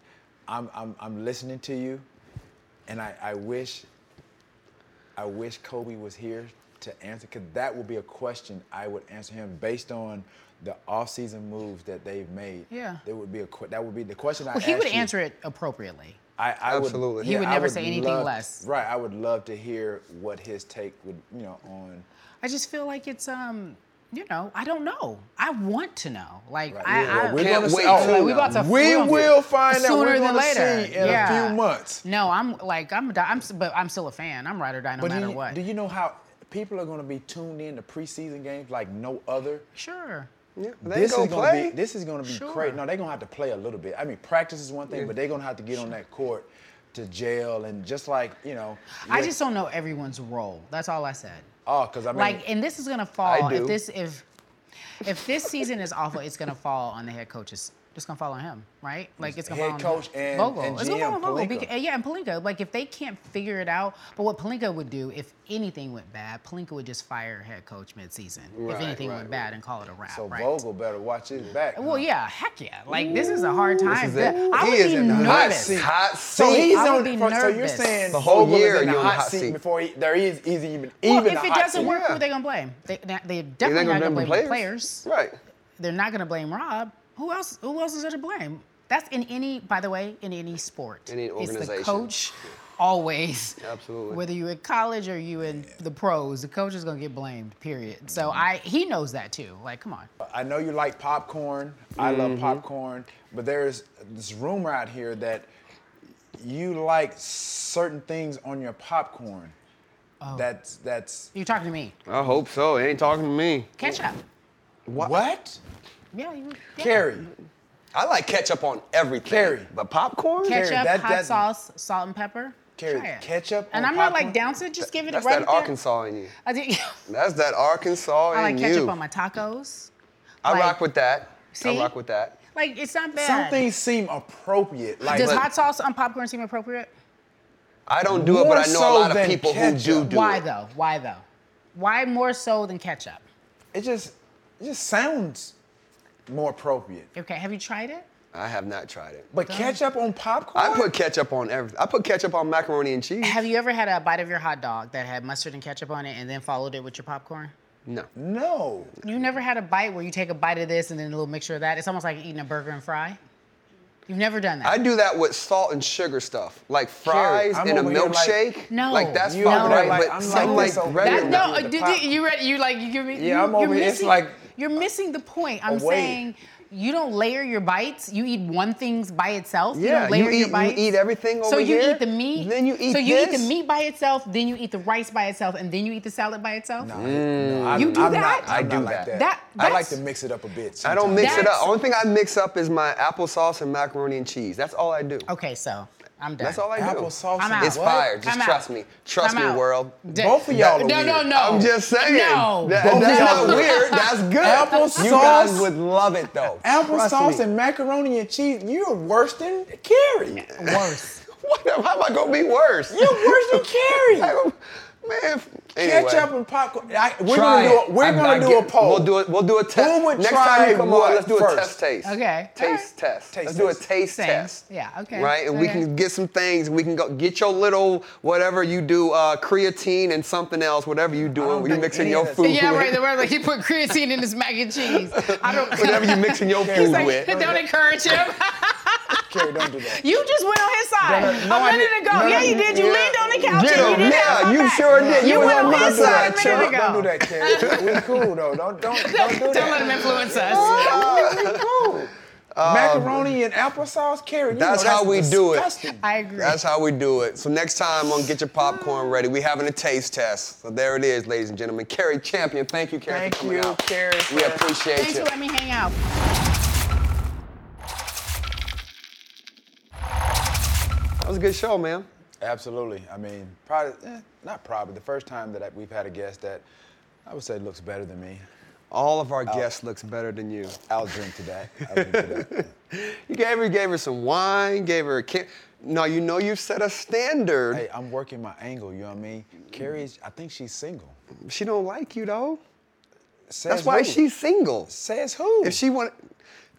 B: I'm I'm, I'm listening to you, and I, I wish I wish Kobe was here to answer because that would be a question I would answer him based on the off-season moves that they've made.
C: Yeah.
B: there would be a que- that would be the question I.
C: Well, he would
B: asked you.
C: answer it appropriately.
B: I, I would-
A: Absolutely. He
B: yeah,
C: would
B: I
C: never say anything
B: love-
C: less.
B: Right, I would love to hear what his take would you know on.
C: I just feel like it's um, you know, I don't know. I want to know. Like
B: Right,
C: I,
B: yeah,
C: I
B: we're
A: Can't
B: gonna
A: wait
B: see, oh,
A: to know.
C: We about to-
B: we
C: we're gonna-
B: will find out.
C: sooner
B: We're
C: than
B: gonna
C: later.
B: see in a
C: Yeah.
B: few months.
C: No, I'm like I'm, di- I'm, s- but I'm still a fan. I'm ride or die no
B: But
C: matter
B: do you,
C: what.
B: do you know how people are going to be tuned in to preseason games like no other?
C: sure.
A: Yeah, they ain't gonna
B: is
A: play.
B: Gonna be, this is going to be
C: Sure.
B: crazy. No, they're going to have to play a little bit. I mean, practice is one thing, but they're going to have to get on that court to jail and just like you know.
C: I
B: with-
C: just don't know everyone's role. That's all I said.
B: oh, because I mean,
C: Like, and this is gonna fall
A: I do.
C: if this if if this season is awful, it's gonna fall on the head coaches. It's gonna fall on him, right? Like it's gonna
B: Head
C: fall on
B: coach
C: him.
B: and-
C: Vogel.
B: and
C: it's gonna fall
B: GM
C: on Vogel.
B: Pelinka.
C: Beca- yeah, and Palinka. Like if they can't figure it out, but what Palinka would do if anything went bad, Palinka would just fire head coach midseason
A: Right,
C: if anything
A: right,
C: went bad and call it a wrap.
B: so
C: right?
B: Vogel better watch his back. huh?
C: Well, yeah, heck yeah. Like this is a hard time.
A: is it.
C: I
A: He
C: would
A: is
C: be
A: in the hot
C: nervous.
A: seat. Hot
B: So
A: seat.
B: he's
C: I would
B: on.
C: be
B: for- so you're
C: nervous.
B: saying
A: The whole
B: Vogel
A: year
B: is in the
A: you're
B: hot seat, before he, there is is even
C: Well,
B: even
C: if
B: a
C: it
B: hot
C: doesn't
B: seat.
C: work,
A: Yeah.
C: who are they gonna blame? They, they're
A: They're
C: definitely not gonna blame the players.
A: Right.
C: they're not going to blame Rob. Who else? Who else is there to blame? That's in any, by the way, in any sport.
A: Any
C: It's
A: organization.
C: the coach, always.
A: Absolutely.
C: Whether you in college or you in the pros, the coach is going to get blamed. Period. So I, he knows that too. Like, come on.
B: I know you like popcorn. I
C: Mm-hmm.
B: love popcorn, but there's this rumor out here that you like certain things on your popcorn.
C: Oh.
B: That's that's
C: You're talking to me.
A: I hope so. It ain't talking to me.
C: Catch up.
B: what?
C: Yeah. You, yeah.
B: Carrie,
A: I like ketchup on everything.
B: Carrie.
A: But popcorn?
C: Ketchup,
B: that-
C: hot
B: that-
C: sauce, salt and pepper.
B: Carrie,
C: Try it.
B: ketchup
C: And
B: on
C: I'm not
B: popcorn?
C: like downset. Just give it
A: That's
C: right
A: that
C: there.
A: Arkansas in you.
C: I, do-
A: That's that Arkansas
C: I
A: in
C: like
A: you.
C: ketchup on my tacos.
A: I
C: like-
A: rock with that.
C: See?
A: I rock with that.
C: Like it's not bad.
B: some things seem appropriate. Like
C: Does
A: but-
C: hot sauce on popcorn seem appropriate?
A: I don't do it, but
B: More
A: I know a
B: so
A: lot of
B: than
A: people who do
B: ketchup.
A: do
C: Why
A: it.
C: though? Why though? Why more so than ketchup?
B: it just it just sounds more appropriate.
C: Okay, have you tried it?
A: I have not tried it.
B: But ketchup on popcorn?
A: I put ketchup on everything. I put ketchup on macaroni and cheese.
C: Have you ever had a bite of your hot dog that had mustard and ketchup on it and then followed it with your popcorn?
A: No.
B: no.
C: You never had a bite where you take a bite of this and then a little mixture of that? It's almost like eating a burger and fry. You've never done that.
A: I do that with salt and sugar stuff, like fries
B: I'm
A: and a
B: over here like-
A: milkshake.
C: No.
A: like that's
B: You
A: fine,
C: over there
A: right?
B: like,
A: but
B: I'm
A: some
B: like
A: like,
B: this over
A: regular.
B: here.
C: that no,
B: With
C: uh,
B: the
C: did,
B: pop-
C: you ready? You like you give me?
B: Yeah,
C: you,
B: I'm over
C: you're
B: here. It's
C: missing,
B: like-
C: you're missing the point. I'm
B: Away.
C: saying You don't layer your bites. You eat one thing by itself. you
A: Yeah,
C: don't layer
A: you eat-
C: your
A: you
C: bites.
A: eat everything
C: So
A: over
C: you
A: here,
C: eat the meat.
A: then you eat
C: So you eat the
A: this.
C: meat by itself. Then you eat the rice by itself, and then you eat the salad by itself.
B: No, I- no, I-
C: You do
B: I'm
C: that?
B: Not, I'm
A: I Mm. do
B: not like
A: that.
B: that.
C: That-
B: I like
C: that's-
B: to mix it up a bit.
A: I don't mix it
C: That's-
A: up. Only thing I mix up is my applesauce and macaroni and cheese. That's all I do.
C: Okay, so I'm done.
A: That's all I do.
B: Apple sauce.
C: I'm out.
A: It's fire. Just
C: I'm out.
A: trust me. Trust
C: I'm
A: me,
C: out.
A: world.
C: D-
B: Both of y'all are
C: No, no,
B: weird.
C: no.
A: I'm just saying.
C: No.
A: That-
B: Both
A: that's
B: y'all-
A: not weird. That's good.
B: Applesauce?
A: You guys would love it though.
B: Apple
A: Trust
B: sauce
A: me.
B: and macaroni and cheese. You're worse than Carrie.
C: Worse.
A: What? How am I gonna be worse?
B: You're worse than Carrie.
A: Man, f- anyway.
B: Ketchup and popcorn. I, we're
A: Try
B: gonna do
A: it.
B: a, we're
A: I'm
B: gonna
A: not
B: do a
A: getting-
B: poll.
A: We'll do it. We'll do a test.
B: Who would
A: Next
B: try
A: time you come
B: what
A: on, let's do
B: first?
A: a test taste.
C: Okay.
A: Taste
C: Alright.
A: test.
B: Taste
A: let's do a
B: test.
A: taste
C: Same.
A: test.
C: Yeah, okay.
A: Right, and we
C: Okay.
A: can get some things. We can go get your little whatever you do, uh, creatine and something else, whatever you doing.
B: don't
A: When you
B: think
A: mixing
B: any
A: your
B: of that-
A: food.
C: Yeah,
A: with.
C: right. The word like he put creatine in his mac and cheese. I don't.
A: Whatever you mixing your
C: He's
A: food
C: like,
A: with.
C: don't encourage him.
B: Carrie, don't do that.
C: You just went on his side
B: No, no,
C: a
B: no, I
C: minute
B: didn't.
C: ago.
B: No, no,
C: yeah, you did. You
A: yeah.
C: leaned on the couch.
A: Did
C: and you
A: him.
C: didn't have
A: Yeah,
C: my
A: Oh, you
C: back.
A: sure did.
C: You,
A: You
C: went
A: was
C: on
A: on
C: his
A: my
C: side
A: side,
C: a minute
A: Chuck.
C: ago.
B: Don't do that, Carrie. we cool though. Don't don't don't do
C: Don't let him
B: that.
C: influence us.
A: Oh,
B: We cool. Macaroni and applesauce, Carrie. you
A: That's
B: know
A: how we do it.
B: disgusting.
C: I agree.
A: That's how we do it. So next time on Get Your Popcorn Ready, we having a taste test. So there it is, ladies and gentlemen. Carrie Champion, thank you, Carrie,
B: Thank
A: for coming
B: you,
A: out.
B: Carrie,
A: we
B: for-
A: appreciate
C: Thanks
A: you.
C: for letting me hang out.
A: That was a good show, man.
B: Absolutely. I mean, probably eh, not probably the first time that I, we've had a guest that I would say looks better than me.
A: All
B: Oh.
A: of our guests looks better than you.
B: I'll drink to that. I'll drink to that.
A: You gave her, gave her some wine, gave her a can. No, you know you've set a standard.
B: Hey, I'm working my angle. You know what I mean? Carrie's. I think she's single.
A: She don't like you though.
B: Says
A: That's why
B: who?
A: she's single.
B: says who?
A: If she want,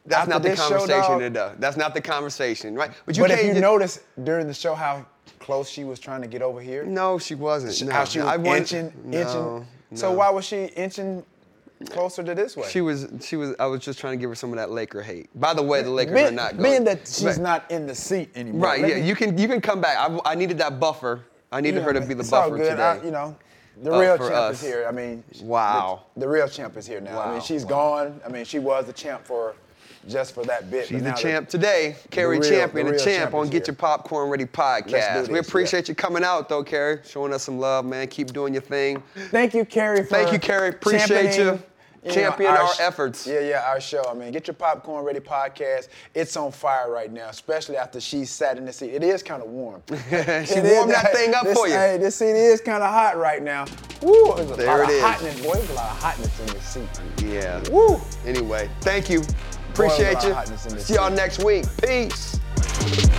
A: that's
B: After
A: not the
B: this show,
A: conversation
B: dog-
A: today. That's not the conversation, right? But you
B: but
A: can't.
B: if you
A: just-
B: notice during the show how close she was trying to get over here,
A: no, she wasn't. no,
B: how she
A: no,
B: was
A: I want-
B: inching,
A: no,
B: inching. So
A: no.
B: why was she inching closer to this way?
A: She was, she was. I was just trying to give her some of that Laker hate. By the way, the Lakers
B: being,
A: are not good.
B: being that she's
A: Right.
B: not in the seat anymore.
A: Right.
B: Let
A: Yeah.
B: me-
A: You can, you can come back. I, I needed that buffer. I needed
B: know,
A: her to be the
B: it's
A: buffer
B: all good.
A: today.
B: I- you know, the
A: uh,
B: real
A: for
B: champ
A: us.
B: is here. I mean, sh-
A: Wow.
B: The, the real champ is here now. I
A: Wow,
B: mean, she's
A: wow.
B: gone. I mean, she was the champ for just for that bit.
A: She's
B: but
A: the
B: now that-
A: champ today. Carrie
B: real-
A: Champion,
B: the
A: the
B: real
A: champ
B: champ
A: on
B: is
A: Get
B: here.
A: Your Popcorn Ready podcast.
B: do
A: we
B: this, yeah.
A: appreciate you coming out though, Carrie, showing us some love, man. Keep doing your thing.
B: Thank you, Carrie. For
A: Thank you, Carrie. Appreciate you.
B: championing, know,
A: Champion our
B: sh-
A: efforts.
B: Yeah, yeah, our show. I mean, get your popcorn ready podcast. It's on fire right now, especially after she sat in the seat. It is kind of warm. she
A: warmed that thing up for you.
B: Hey, this seat is kind of hot right now. Woo, there's a
A: There
B: lot
A: it
B: of
A: is.
B: hotness, boy. There's a lot of hotness in this seat.
A: Yeah.
B: Woo.
A: Anyway, thank you. Appreciate
B: Boy, a lot of hotness in
A: you.
B: this
A: See y'all
B: seat.
A: next week. Peace.